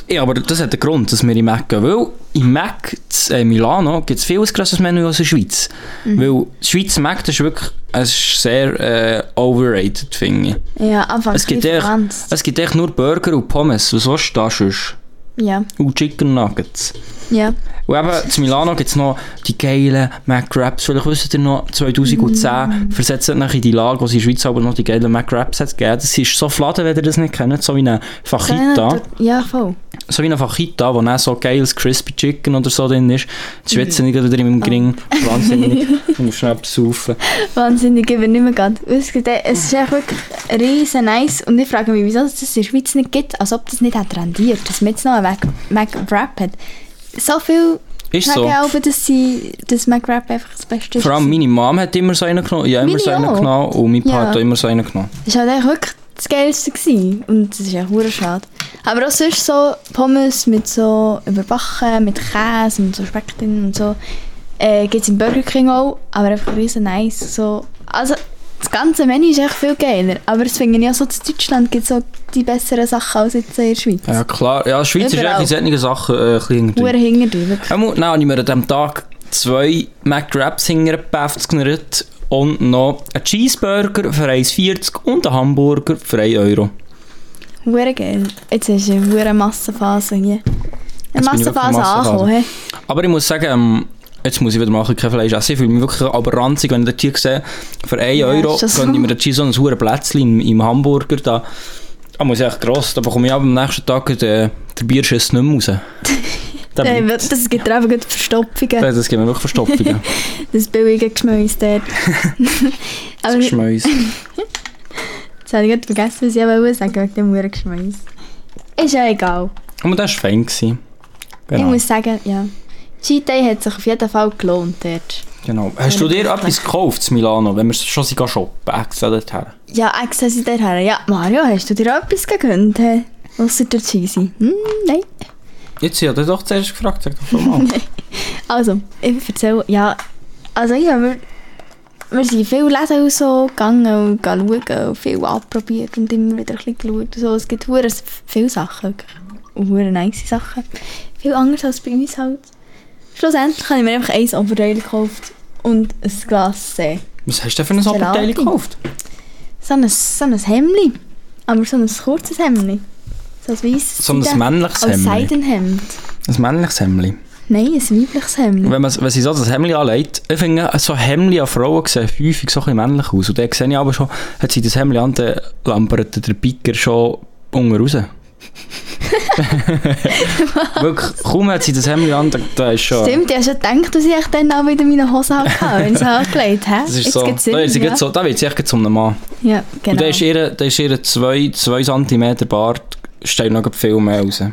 [SPEAKER 2] ja, aber das hat einen Grund, dass wir in Mac gehen. Weil in Mac, z- äh, Milano, gibt es viel ein grösseres Menü als in der Schweiz. Weil die Schweiz Mac, das ist wirklich es ist sehr äh, overrated, finde ich.
[SPEAKER 3] Ja, einfach
[SPEAKER 2] Es gibt, echt, es gibt echt nur Burger und Pommes. Was willst du da sonst?
[SPEAKER 3] Ja.
[SPEAKER 2] Und Chicken Nuggets.
[SPEAKER 3] Ja.
[SPEAKER 2] Und eben, zu Milano gibt es noch die geilen McRaps. Vielleicht wisst ihr noch, 2010 versetzt euch in die Lage, wo es in der Schweiz aber noch die geilen McRaps hat gegeben. Das ist so fladen, wenn ihr das nicht kennt, so wie eine Fajita.
[SPEAKER 3] Ja, voll.
[SPEAKER 2] So wie eine Fajita, wo dann so geiles Crispy Chicken oder so drin ist. Die Schweizer nicht wieder in meinem Gring. Wahnsinnig. Ich muss schnell besaufen.
[SPEAKER 3] Wahnsinnig, ich bin nicht mehr ganz. Es gibt- es ist echt wirklich riesen nice. Und ich frage mich, wieso es das in der Schweiz nicht gibt, als ob das nicht hat rendiert, dass man jetzt noch einen Mac- McWrap hat. So viel
[SPEAKER 2] Ist so.
[SPEAKER 3] sagen aber, dass, sie, dass McWrap einfach das Beste ist.
[SPEAKER 2] Vor allem meine Mom hat immer so einen genommen, ich habe immer
[SPEAKER 3] Meine
[SPEAKER 2] so einen
[SPEAKER 3] auch.
[SPEAKER 2] genommen und mein Papa
[SPEAKER 3] Ja.
[SPEAKER 2] hat auch immer so einen genommen.
[SPEAKER 3] Das war halt echt wirklich das Geilste. Gewesen. Und das ist echt hure schade. Aber auch sonst so Pommes mit so überbacken, mit Käse und so Speck drin und so. Äh, Gibt es im Burger King auch, aber einfach riesen nice. So. Also das ganze Menü ist echt viel geiler. Aber das finde ich auch so, in Deutschland gibt es auch die besseren Sachen als jetzt in der Schweiz.
[SPEAKER 2] Ja klar, ja, die Schweiz
[SPEAKER 3] Überall.
[SPEAKER 2] ist eigentlich in solchen Sachen äh, ein bisschen hinterher.
[SPEAKER 3] Hure hingerdrüber. wirklich.
[SPEAKER 2] Einmal, nein, habe ich mir an diesem Tag zwei McWraps hintergepäfft generiert und noch einen Cheeseburger für 1,40 und einen Hamburger für 1 Euro.
[SPEAKER 3] Hure geil. Jetzt ist eine hure Massenphase hier. Eine
[SPEAKER 2] Jetzt bin ich wirklich in
[SPEAKER 3] Massenphase
[SPEAKER 2] der Massenphase.
[SPEAKER 3] angekommen. hä?
[SPEAKER 2] Aber ich muss sagen, ähm, jetzt muss ich wieder machen, kein Fleisch essen. Ich fühle mich wirklich aber ranzig, wenn ich den Tier sehe. Für 1
[SPEAKER 3] Ja,
[SPEAKER 2] Euro
[SPEAKER 3] ist das so?
[SPEAKER 2] könnte ich mir den Cheese und ein hohes Plätzchen im, im Hamburger da. Da muss ich echt gross, da bekomme ich aber am nächsten Tag den, den Bierschiss nicht mehr raus. Der
[SPEAKER 3] Äh,
[SPEAKER 2] bleibt-
[SPEAKER 3] Das gibt dir einfach gut Verstopfungen.
[SPEAKER 2] Äh, das gibt mir wirklich Verstopfungen.
[SPEAKER 3] Das billige Geschmäus dort.
[SPEAKER 2] Das
[SPEAKER 3] Aber jetzt
[SPEAKER 2] Geschmäus.
[SPEAKER 3] habe ich gerade vergessen, was ich wollte sagen wegen dem Huren Geschmäus. Ist ja egal.
[SPEAKER 2] Aber das war fein. gewesen.
[SPEAKER 3] Ich
[SPEAKER 2] Genau.
[SPEAKER 3] muss sagen, ja. Cheat Day hat sich auf jeden Fall gelohnt dort.
[SPEAKER 2] genau. Hast du dir etwas gekauft in Milano, wenn wir schon sind gehen shoppen? Extra dorthin.
[SPEAKER 3] Ja, extra sind der her. Ja, Mario, hast du dir auch etwas gegönnt? hä? Ausser der Cheesy. Hm, nein.
[SPEAKER 2] Jetzt, ich habe dich doch zuerst gefragt, sag doch schon mal.
[SPEAKER 3] Also, ich erzähle, ja. Also, ja, wir, wir sind viel Läden und so gegangen und gehen schauen und viel anprobiert und immer wieder ein bisschen geschaut und so. Es gibt hure viele Sachen, wirklich. und hure nice Sachen. Viel anders als bei uns halt. Schlussendlich habe ich mir einfach ein Oberteil gekauft und ein Glas See.
[SPEAKER 2] Was hast du denn für ein
[SPEAKER 3] Gelati.
[SPEAKER 2] Oberteil gekauft?
[SPEAKER 3] So ein, so ein Hemdli, aber so ein kurzes Hemdli. So ein weißes
[SPEAKER 2] So ein männliches
[SPEAKER 3] Als
[SPEAKER 2] Hemdli.
[SPEAKER 3] Seidenhemd.
[SPEAKER 2] Ein männliches Hemdli.
[SPEAKER 3] Nein, ein weibliches
[SPEAKER 2] Und
[SPEAKER 3] Hemd.
[SPEAKER 2] Wenn, man, wenn sie so das Hemdli anlegt, ich finde, so Hemdli an Frauen sehen häufig so ein bisschen männlich aus. Und dann sehe ich aber schon, hat sie das Hemdli an, dann lampert der Biker schon unten raus. Wirklich, kaum hat sie das Hemdli an, dann- dann ist schon...
[SPEAKER 3] Stimmt, ich habe schon gedacht, dass ich echt dann auch wieder meine Hose hatte, wenn ich sie angelegt habe.
[SPEAKER 2] Das ist
[SPEAKER 3] Jetzt
[SPEAKER 2] so,
[SPEAKER 3] gibt's
[SPEAKER 2] da,
[SPEAKER 3] Sinn,
[SPEAKER 2] ist sie
[SPEAKER 3] ja.
[SPEAKER 2] jetzt so, da wird sie echt zum Mann.
[SPEAKER 3] Ja,
[SPEAKER 2] Und
[SPEAKER 3] genau.
[SPEAKER 2] da ist ihr, da ist ihr 2 cm Bart, steht noch viel mehr raus.
[SPEAKER 3] Ah.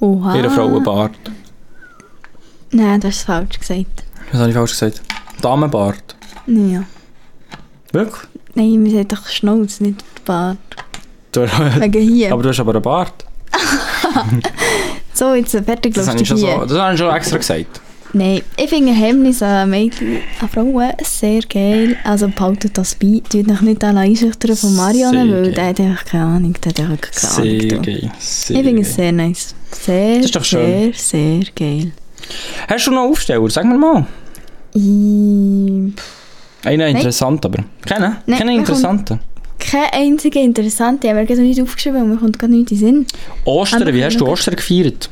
[SPEAKER 3] Oha.
[SPEAKER 2] Ihre Frauenbart.
[SPEAKER 3] Nein, das ist falsch gesagt.
[SPEAKER 2] Was habe ich falsch gesagt? Damenbart.
[SPEAKER 3] Nein, ja.
[SPEAKER 2] Wirklich?
[SPEAKER 3] Nein, wir sind doch Schnauz, nicht Bart.
[SPEAKER 2] Du, aber
[SPEAKER 3] Wegen hier.
[SPEAKER 2] du hast aber einen Bart.
[SPEAKER 3] so, jetzt fertig,
[SPEAKER 2] Das habe
[SPEAKER 3] glaubst du
[SPEAKER 2] ich schon,
[SPEAKER 3] hier.
[SPEAKER 2] so, das habe ich schon extra gesagt.
[SPEAKER 3] Nein, ich finde Hemmnis an Mädchen, an Frauen sehr geil. Also behaltet das bei. Tut noch nicht alle einschüchtern von Marion,
[SPEAKER 2] Sehr geil.
[SPEAKER 3] weil der hat einfach keine Ahnung. Der hat einfach keine Ahnung.
[SPEAKER 2] Sehr
[SPEAKER 3] du.
[SPEAKER 2] geil. Sehr
[SPEAKER 3] Ich finde es
[SPEAKER 2] geil.
[SPEAKER 3] sehr nice. Sehr,
[SPEAKER 2] ist doch schön.
[SPEAKER 3] sehr, sehr geil.
[SPEAKER 2] Hast du noch einen Aufsteller? Sag mir mal.
[SPEAKER 3] Ich...
[SPEAKER 2] Einen interessanten, aber. Keinen? Keinen
[SPEAKER 3] Nein, mir kommt-
[SPEAKER 2] interessanten.
[SPEAKER 3] Keine einzige interessante, aber ich habe nicht aufgeschrieben und mir kommt gar nichts in den Sinn.
[SPEAKER 2] Ostern, wie
[SPEAKER 3] Andere
[SPEAKER 2] hast du
[SPEAKER 3] Ah, kommen-
[SPEAKER 2] Ostern gefeiert?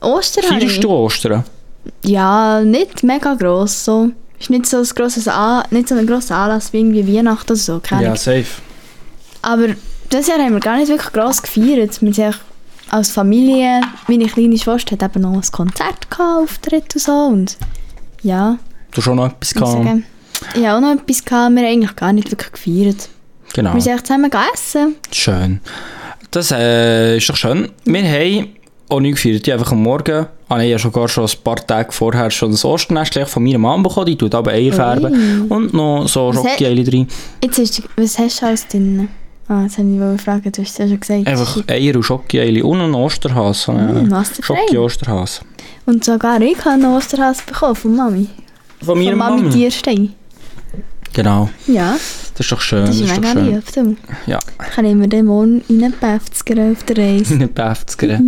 [SPEAKER 3] Ostern habe ich-
[SPEAKER 2] Feierst du Ostern?
[SPEAKER 3] Ja, nicht mega gross. So. Ist nicht so ein grosses An nicht so ein grosser Anlass wie irgendwie Weihnachten oder so, keine Ahnung.
[SPEAKER 2] safe.
[SPEAKER 3] Aber dieses Jahr haben wir gar nicht wirklich gross gefeiert. Wir sind echt als Familie, meine kleine Schwester hat eben noch ein Konzert gehabt, Auftritt und so und ja,
[SPEAKER 2] Du hast schon noch etwas
[SPEAKER 3] ich muss
[SPEAKER 2] gehabt.
[SPEAKER 3] sagen, ich habe auch noch etwas gehabt, wir haben eigentlich gar nicht wirklich gefeiert.
[SPEAKER 2] Genau.
[SPEAKER 3] Wir sind echt zusammen gegessen.
[SPEAKER 2] Schön. Das äh, ist doch schön. Wir haben auch nicht gefeiert, die einfach am Morgen. Ah, nein, ich habe sogar schon ein paar Tage vorher schon das Osternest von meiner Mom bekommen. Die tut aber Eier färben. Und noch so
[SPEAKER 3] Was hat-
[SPEAKER 2] Schokoeile drin.
[SPEAKER 3] Jetzt ist, was hast du alles drin? Ah, jetzt habe ich wohl gefragt, du hast es ja schon gesagt.
[SPEAKER 2] Einfach Eier und Schokoeile und einen Osterhase. Mm,
[SPEAKER 3] was denn
[SPEAKER 2] Schoki-Osterhase.
[SPEAKER 3] Und sogar ich habe einen Osterhase bekommen von Mami.
[SPEAKER 2] Von
[SPEAKER 3] Von Mami Tierstein.
[SPEAKER 2] Genau.
[SPEAKER 3] Ja,
[SPEAKER 2] Das ist doch schön.
[SPEAKER 3] das ist
[SPEAKER 2] doch
[SPEAKER 3] mega
[SPEAKER 2] schön.
[SPEAKER 3] lieb. Du.
[SPEAKER 2] Ja.
[SPEAKER 3] Kann ich mir den morgen in den 50er auf der Reise.
[SPEAKER 2] Nicht Päfziger.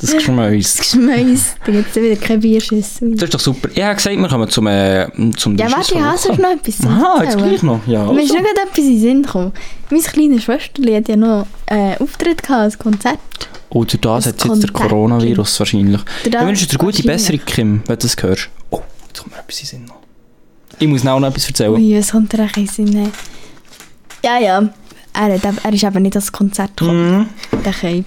[SPEAKER 2] Das ist schon mal uns.
[SPEAKER 3] Das Geschmeiss, da gibt es wieder kein Bierschiss.
[SPEAKER 2] Das ist doch super. Ich habe gesagt, wir kommen zum, äh, zum
[SPEAKER 3] Ja, warte, ich habe sonst noch etwas zu
[SPEAKER 2] Aha, Ah, jetzt
[SPEAKER 3] erzählen.
[SPEAKER 2] gleich noch. Ja,
[SPEAKER 3] Mir ist
[SPEAKER 2] also.
[SPEAKER 3] noch gerade etwas in den Sinn gekommen. Meine kleine Schwester hat ja noch einen Auftritt äh, gehabt, ein Konzert.
[SPEAKER 2] Und Oh, durch das
[SPEAKER 3] Ein
[SPEAKER 2] hat jetzt der
[SPEAKER 3] Kontakt,
[SPEAKER 2] Coronavirus wahrscheinlich.
[SPEAKER 3] Durch
[SPEAKER 2] Ich
[SPEAKER 3] das
[SPEAKER 2] wünsche dir gute
[SPEAKER 3] wahrscheinlich.
[SPEAKER 2] Besserung, Kim, wenn du das hörst. Oh, jetzt kommt mir etwas in den Sinn. noch. Ich muss auch noch etwas erzählen.
[SPEAKER 3] Ui, es kommt dir auch in den Sinn. hey. Ja, ja. Er, hat, eben- er ist eben nicht ans Konzert gekommen.
[SPEAKER 2] Mhm.
[SPEAKER 3] Der Keib.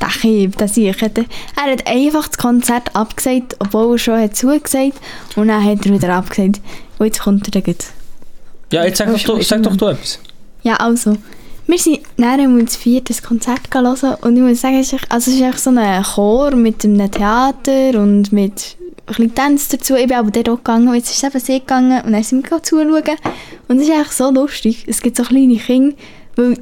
[SPEAKER 3] Der Keib, der Sieg. hat- Er hat einfach das Konzert abgesagt, obwohl er schon hat zugesagt Und dann hat er wieder abgesagt. Und jetzt kommt er dann gleich.
[SPEAKER 2] Ja, jetzt sag doch,
[SPEAKER 3] Ich
[SPEAKER 2] du,
[SPEAKER 3] weiß
[SPEAKER 2] sag doch
[SPEAKER 3] nicht.
[SPEAKER 2] du etwas.
[SPEAKER 3] Ja, also. Wir sind nachher mal das vierte Konzert gehen hören und ich muss sagen, es ist, echt- also es ist echt so ein Chor mit einem Theater und mit ein bisschen Tanz dazu. Ich bin aber dort auch gegangen und jetzt ist es eben sehr gegangen und dann sind wir zuschauen und es ist echt so lustig. Es gibt so kleine Kinder, weil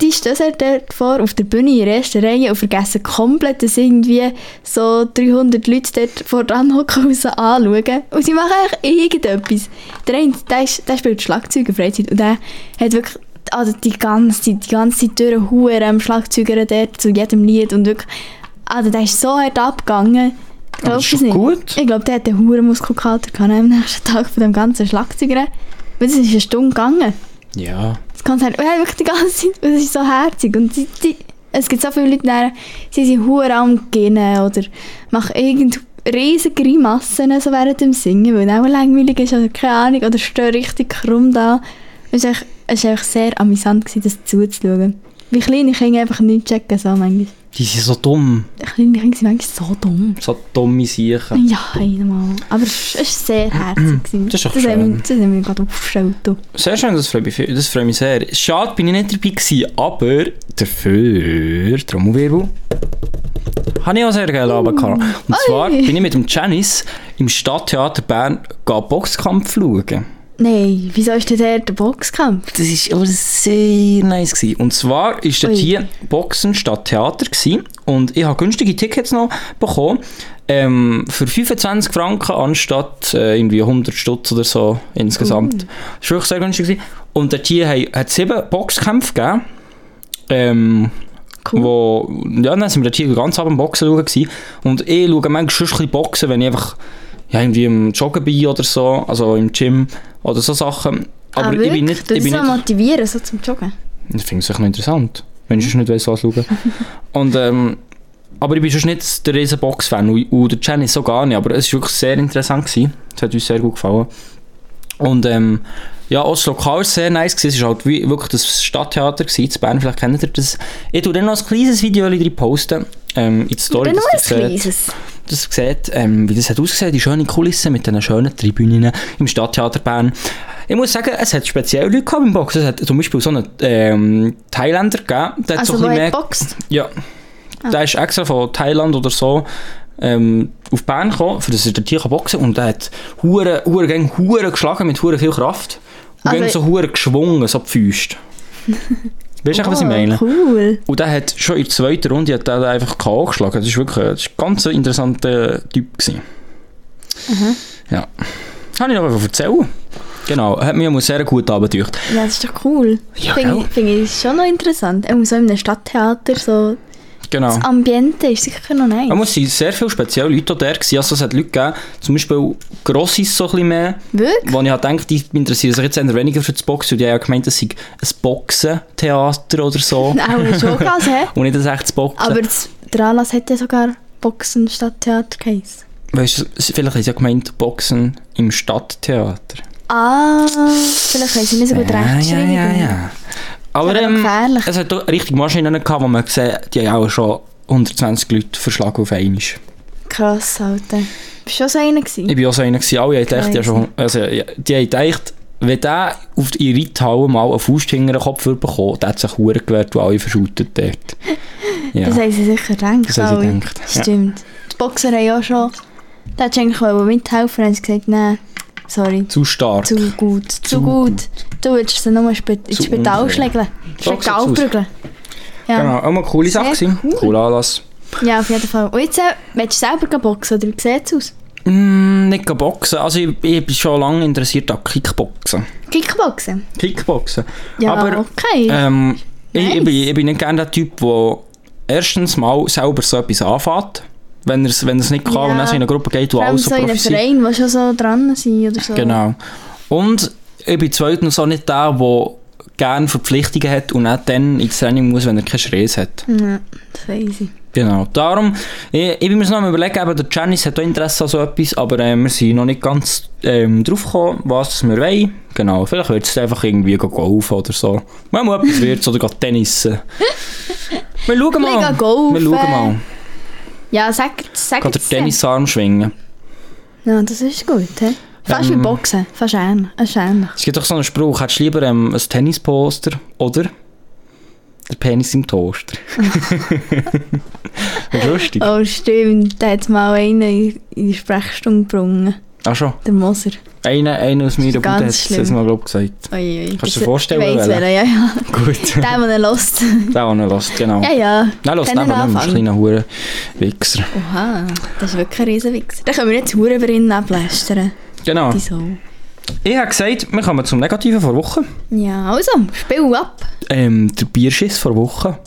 [SPEAKER 3] die stehen so dort vor auf der Bühne in der ersten Reihe und vergessen komplett, dass irgendwie so 300 Leute dort vor dran hocken und sie anschauen. Und sie machen eigentlich irgendetwas. Der eine, der, ist, der spielt Schlagzeug in Freizeit und der hat wirklich also die ganze Zeit, die ganze Zeit durch Huren am Schlagzeuger dort zu jedem Lied und wirklich, also der ist so hart abgegangen.
[SPEAKER 2] Aber das
[SPEAKER 3] Glaubst
[SPEAKER 2] ist
[SPEAKER 3] du es
[SPEAKER 2] doch
[SPEAKER 3] nicht?
[SPEAKER 2] gut.
[SPEAKER 3] Ich glaube, der hat den huren Muskelkater gehabt am nächsten Tag von dem ganzen Schlagzeuger. Weil es ist eine Stunde gegangen.
[SPEAKER 2] Ja.
[SPEAKER 3] Das Konzert. Und er hat wirklich die ganze Zeit, und es ist so herzig. Und die, die, es gibt so viele Leute, die sie sind hure am gehen oder machen irgend riesige Grimassen so während dem Singen, weil es auch langweilig ist oder keine Ahnung, oder stehen richtig krumm da. Es war echt- es war echt sehr amüsant, gewesen, das zuzuschauen. Wie kleine Kinder einfach nicht checken, so manchmal.
[SPEAKER 2] Die sind so dumm.
[SPEAKER 3] Kleine Kinder sind manchmal so dumm.
[SPEAKER 2] So dumme Siechen.
[SPEAKER 3] Ja, einmal. Aber es war sehr herzig. gewesen.
[SPEAKER 2] Das ist doch
[SPEAKER 3] das haben wir-
[SPEAKER 2] schön.
[SPEAKER 3] Das haben wir gerade aufgestellt. du.
[SPEAKER 2] Sehr schön, das freut mich, viel- das freut mich sehr. Schade, bin ich nicht dabei gewesen, aber dafür, Trommelwirbel, habe ich auch sehr
[SPEAKER 3] Oh.
[SPEAKER 2] geil Abend gehabt. Und zwar bin ich mit dem Janice im Stadttheater Bern gehen Boxkampf schauen.
[SPEAKER 3] Nein, wieso ist denn der der Boxkampf?
[SPEAKER 2] Das ist aber sehr nice. Gewesen. Und zwar war dort
[SPEAKER 3] Ui.
[SPEAKER 2] hier Boxen statt Theater. Gewesen. Und ich habe günstige Tickets noch bekommen. Ähm, für 25 Franken anstatt äh, irgendwie 100 Stutz oder so insgesamt. Das war wirklich sehr günstig. Gewesen. Und dort hier hei- hat es sieben Boxkämpfe gegeben. Ähm,
[SPEAKER 3] Cool.
[SPEAKER 2] wo, ja, dann sind wir dort hier ganz abend Boxen schauen gewesen. Und ich schaue manchmal schon ein bisschen Boxen, wenn ich einfach ja, irgendwie im Joggen bin oder so, also im Gym oder so Sachen. Aber
[SPEAKER 3] ah,
[SPEAKER 2] ich bin
[SPEAKER 3] wirklich?
[SPEAKER 2] nicht...
[SPEAKER 3] Du
[SPEAKER 2] Ich bin
[SPEAKER 3] das
[SPEAKER 2] nicht
[SPEAKER 3] so motivieren, so zum Joggen.
[SPEAKER 2] ich finde es echt noch interessant. Wenn ich sonst nicht weiss, was schauen. und, ähm, aber ich bin sonst nicht der riesen Box-Fan und, und der Janice so gar nicht. Aber es war wirklich sehr interessant. Gewesen. Es hat uns sehr gut gefallen. Und ähm, ja, auch das Lokal war sehr nice. Gewesen. Es war halt wie, wirklich das Stadttheater gewesen, in Bern. Vielleicht kennt ihr das. Ich tue dann noch ein kleines Video drin posten. Ähm, in die Story,
[SPEAKER 3] Dann nur ein
[SPEAKER 2] dass ihr seht,
[SPEAKER 3] kleines.
[SPEAKER 2] dass ihr seht ähm, wie das hat ausgesehen die schöne Kulisse mit diesen schönen Tribünen im Stadttheater Bern. Ich muss sagen, es hat speziell Leute gehabt im Boxen. Es hat zum Beispiel so einen ähm, Thailänder gegeben, der hat
[SPEAKER 3] Also,
[SPEAKER 2] so
[SPEAKER 3] wo
[SPEAKER 2] ein bisschen mehr...
[SPEAKER 3] er boxt.
[SPEAKER 2] Ja. Der ist extra von Thailand oder so ähm, auf Bern gekommen, für das er dort hier boxen kann. Und er hat hure, hure gang hure geschlagen mit hure viel Kraft. Und
[SPEAKER 3] Also-
[SPEAKER 2] also, so hure geschwungen, so die Füße. weißt du, eigentlich, was ich
[SPEAKER 3] Oh,
[SPEAKER 2] meine?
[SPEAKER 3] Cool.
[SPEAKER 2] Und der hat schon in der zweiten Runde hat der den einfach K.O. geschlagen. Das ist wirklich das ist ein ganz interessanter Typ. Gewesen. Ja. Habe ich noch etwas erzählen. Genau, hat mir sehr gut abgedacht.
[SPEAKER 3] Ja, das ist doch cool.
[SPEAKER 2] Ja,
[SPEAKER 3] Finde
[SPEAKER 2] gell?
[SPEAKER 3] ich, find ich schon noch interessant. Auch so in einem Stadttheater, so
[SPEAKER 2] Genau.
[SPEAKER 3] das Ambiente ist sicher noch nice.
[SPEAKER 2] Man muss sagen, sehr viele spezielle Leute auch da gewesen. Also es hat Leute gegeben, zum Beispiel Grossis so ein bisschen mehr,
[SPEAKER 3] Wirklich?
[SPEAKER 2] wo ich halt denke, die interessieren sich jetzt eher weniger für das Boxen. Und die haben ja gemeint, es sei ein Boxentheater oder so.
[SPEAKER 3] Auch schon krass, hä?
[SPEAKER 2] Und nicht ein echtes Boxen.
[SPEAKER 3] Aber das, der Anlass hat ja sogar Boxen Stadttheater geheißen.
[SPEAKER 2] weißt du, vielleicht haben sie ja gemeint, Boxen im Stadttheater.
[SPEAKER 3] Ah, vielleicht haben sie nicht so gut rechtschreiben.
[SPEAKER 2] Ja, ja, ja. Aber
[SPEAKER 3] Das ist
[SPEAKER 2] ähm,
[SPEAKER 3] aber gefährlich.
[SPEAKER 2] es hat auch richtig Maschinen gehabt, wo man gesehen hat, die haben auch schon 120 Leute verschlagen auf einmal. Ich
[SPEAKER 3] Krass, Alter. Bist du schon so einer gewesen?
[SPEAKER 2] bin auch so einer, gewesen, alle haben gedacht, die haben schon, also, ja, die haben gedacht, wenn der auf die Reithalle mal einen Fuß hinter den Kopf würde bekommen, der hat sich Huren gewehrt und alle verschautet dort. Ja,
[SPEAKER 3] Das haben sie sicher gedacht.
[SPEAKER 2] das haben sie
[SPEAKER 3] alle.
[SPEAKER 2] gedacht. Ja.
[SPEAKER 3] Stimmt. Die Boxer haben ja schon. Da hättest du eigentlich wollen mithelfen haben sie gesagt, nein, sorry,
[SPEAKER 2] Zu stark.
[SPEAKER 3] zu gut, zu,
[SPEAKER 2] Zu
[SPEAKER 3] gut. Du willst sie nur spät ins
[SPEAKER 2] Zu
[SPEAKER 3] Spital
[SPEAKER 2] unfair.
[SPEAKER 3] schlägeln.
[SPEAKER 2] So sieht's
[SPEAKER 3] Spital
[SPEAKER 2] aus.
[SPEAKER 3] prügeln. Ja.
[SPEAKER 2] Genau, auch mal eine coole Sache.
[SPEAKER 3] Sehr
[SPEAKER 2] gewesen.
[SPEAKER 3] cool.
[SPEAKER 2] Cooler Anlass.
[SPEAKER 3] ja, auf jeden Fall. Und jetzt äh, willst du selber gehen boxen oder wie sieht es aus?
[SPEAKER 2] Mm, nicht gehen boxen. Also ich, ich bin schon lange interessiert an Kickboxen.
[SPEAKER 3] Kickboxen?
[SPEAKER 2] Kickboxen.
[SPEAKER 3] Ja,
[SPEAKER 2] Aber
[SPEAKER 3] okay.
[SPEAKER 2] Ähm, ich,
[SPEAKER 3] Nice.
[SPEAKER 2] ich, bin, ich bin nicht gerne der Typ, der erstens mal selber so etwas anfängt, wenn er es wenn er's nicht kann
[SPEAKER 3] Ja.
[SPEAKER 2] und dann so in eine Gruppe geht, wo
[SPEAKER 3] Vor allem
[SPEAKER 2] alles so
[SPEAKER 3] so in einem
[SPEAKER 2] Profis sind.
[SPEAKER 3] Verein, wo schon so dran sind oder so.
[SPEAKER 2] Genau. Und ich bin zweitens auch nicht der, der gerne Verpflichtungen hat und auch dann ins Training muss, wenn er keine Schreis hat.
[SPEAKER 3] Ja, das weiß ich.
[SPEAKER 2] Genau, darum, ich, ich bin mir noch am überlegen, eben, der Janice hat auch Interesse an so etwas, aber äh, wir sind noch nicht ganz ähm, drauf gekommen, was wir wollen. Genau, vielleicht wird es einfach irgendwie go- golfen oder so. Wenn mal etwas wird, oder geht tennissen. Wir schauen
[SPEAKER 3] Ein
[SPEAKER 2] mal.
[SPEAKER 3] bisschen golfen.
[SPEAKER 2] Wir schauen mal.
[SPEAKER 3] Ja, sag sag
[SPEAKER 2] Geht der
[SPEAKER 3] jetzt dem.
[SPEAKER 2] Tennisarm schwingen.
[SPEAKER 3] Ja, das ist gut, hä? Fast wie Boxen, fast ähnlich. Ist ähnlich.
[SPEAKER 2] Es gibt doch so einen Spruch, hättest du lieber ähm, ein Tennisposter oder der Penis im Toaster? Lustig.
[SPEAKER 3] Oh, stimmt, da hat mal einen in in die Sprechstunde gebrungen.
[SPEAKER 2] Ach schon,
[SPEAKER 3] Der Moser.
[SPEAKER 2] einer, einer aus meiner Bude
[SPEAKER 3] ganz
[SPEAKER 2] hat es
[SPEAKER 3] schlimm.
[SPEAKER 2] das mal glaub, gesagt.
[SPEAKER 3] Ui, ui,
[SPEAKER 2] Kannst du
[SPEAKER 3] das-
[SPEAKER 2] dir vorstellen,
[SPEAKER 3] Ich weiss,
[SPEAKER 2] welcher?
[SPEAKER 3] welcher, ja, ja.
[SPEAKER 2] Gut,
[SPEAKER 3] Der, den er lässt.
[SPEAKER 2] der, der lässt, genau.
[SPEAKER 3] Ja, ja.
[SPEAKER 2] Nein, lass
[SPEAKER 3] Kann
[SPEAKER 2] den
[SPEAKER 3] er
[SPEAKER 2] aber nicht, ein
[SPEAKER 3] anfangen?
[SPEAKER 2] kleiner Hure Wichser.
[SPEAKER 3] Oha, das ist wirklich ein Riesenwichser. Da können wir jetzt Huren über ihn ablästern.
[SPEAKER 2] Genau.
[SPEAKER 3] Die so.
[SPEAKER 2] Ich habe gesagt, wir kommen zum Negativen vor Woche.
[SPEAKER 3] Ja, also, spiel ab.
[SPEAKER 2] Ähm, der Bierschiss vor Woche.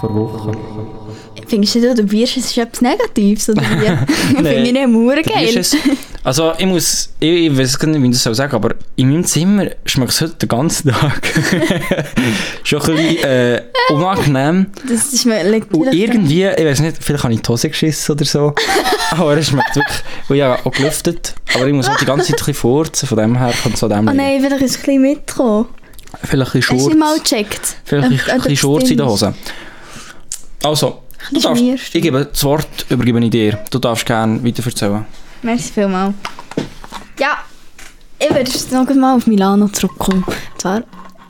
[SPEAKER 2] Vor Woche.
[SPEAKER 3] Findest du, der Bierschiss ist etwas Negatives? Oder wie? Finde ich nicht
[SPEAKER 2] Der
[SPEAKER 3] Huren geil.
[SPEAKER 2] Bierschiss- Also ich muss, ich, ich weiß gar nicht, wie ich das soll sagen, aber in meinem Zimmer schmeckt es heute den ganzen Tag. Schon ein bisschen äh, unangenehm.
[SPEAKER 3] Das ist mir liegt
[SPEAKER 2] Und
[SPEAKER 3] vielleicht-
[SPEAKER 2] irgendwie, ich weiß nicht, vielleicht habe ich die Hose geschissen oder so. aber es schmeckt wirklich, und ich habe auch gelüftet. Aber ich muss auch die ganze Zeit ein bisschen furzen, von dem her kommt es auch dem
[SPEAKER 3] Oh
[SPEAKER 2] liegen.
[SPEAKER 3] nein, vielleicht ist es ein bisschen mitgekommen.
[SPEAKER 2] Vielleicht ein
[SPEAKER 3] Hast du ihn mal
[SPEAKER 2] Schurz.
[SPEAKER 3] gecheckt?
[SPEAKER 2] Vielleicht
[SPEAKER 3] Ob- ob
[SPEAKER 2] ein bisschen
[SPEAKER 3] das
[SPEAKER 2] Schurz in
[SPEAKER 3] stimmt?
[SPEAKER 2] der Hose. Also, du darfst,
[SPEAKER 3] schmierst du.
[SPEAKER 2] ich gebe das Wort übergebe ich dir. Du darfst gerne weiter erzählen.
[SPEAKER 3] Merci vielmals. Ja, dus ich würde jetzt noch mal auf Milano zurückkommen. Zwar,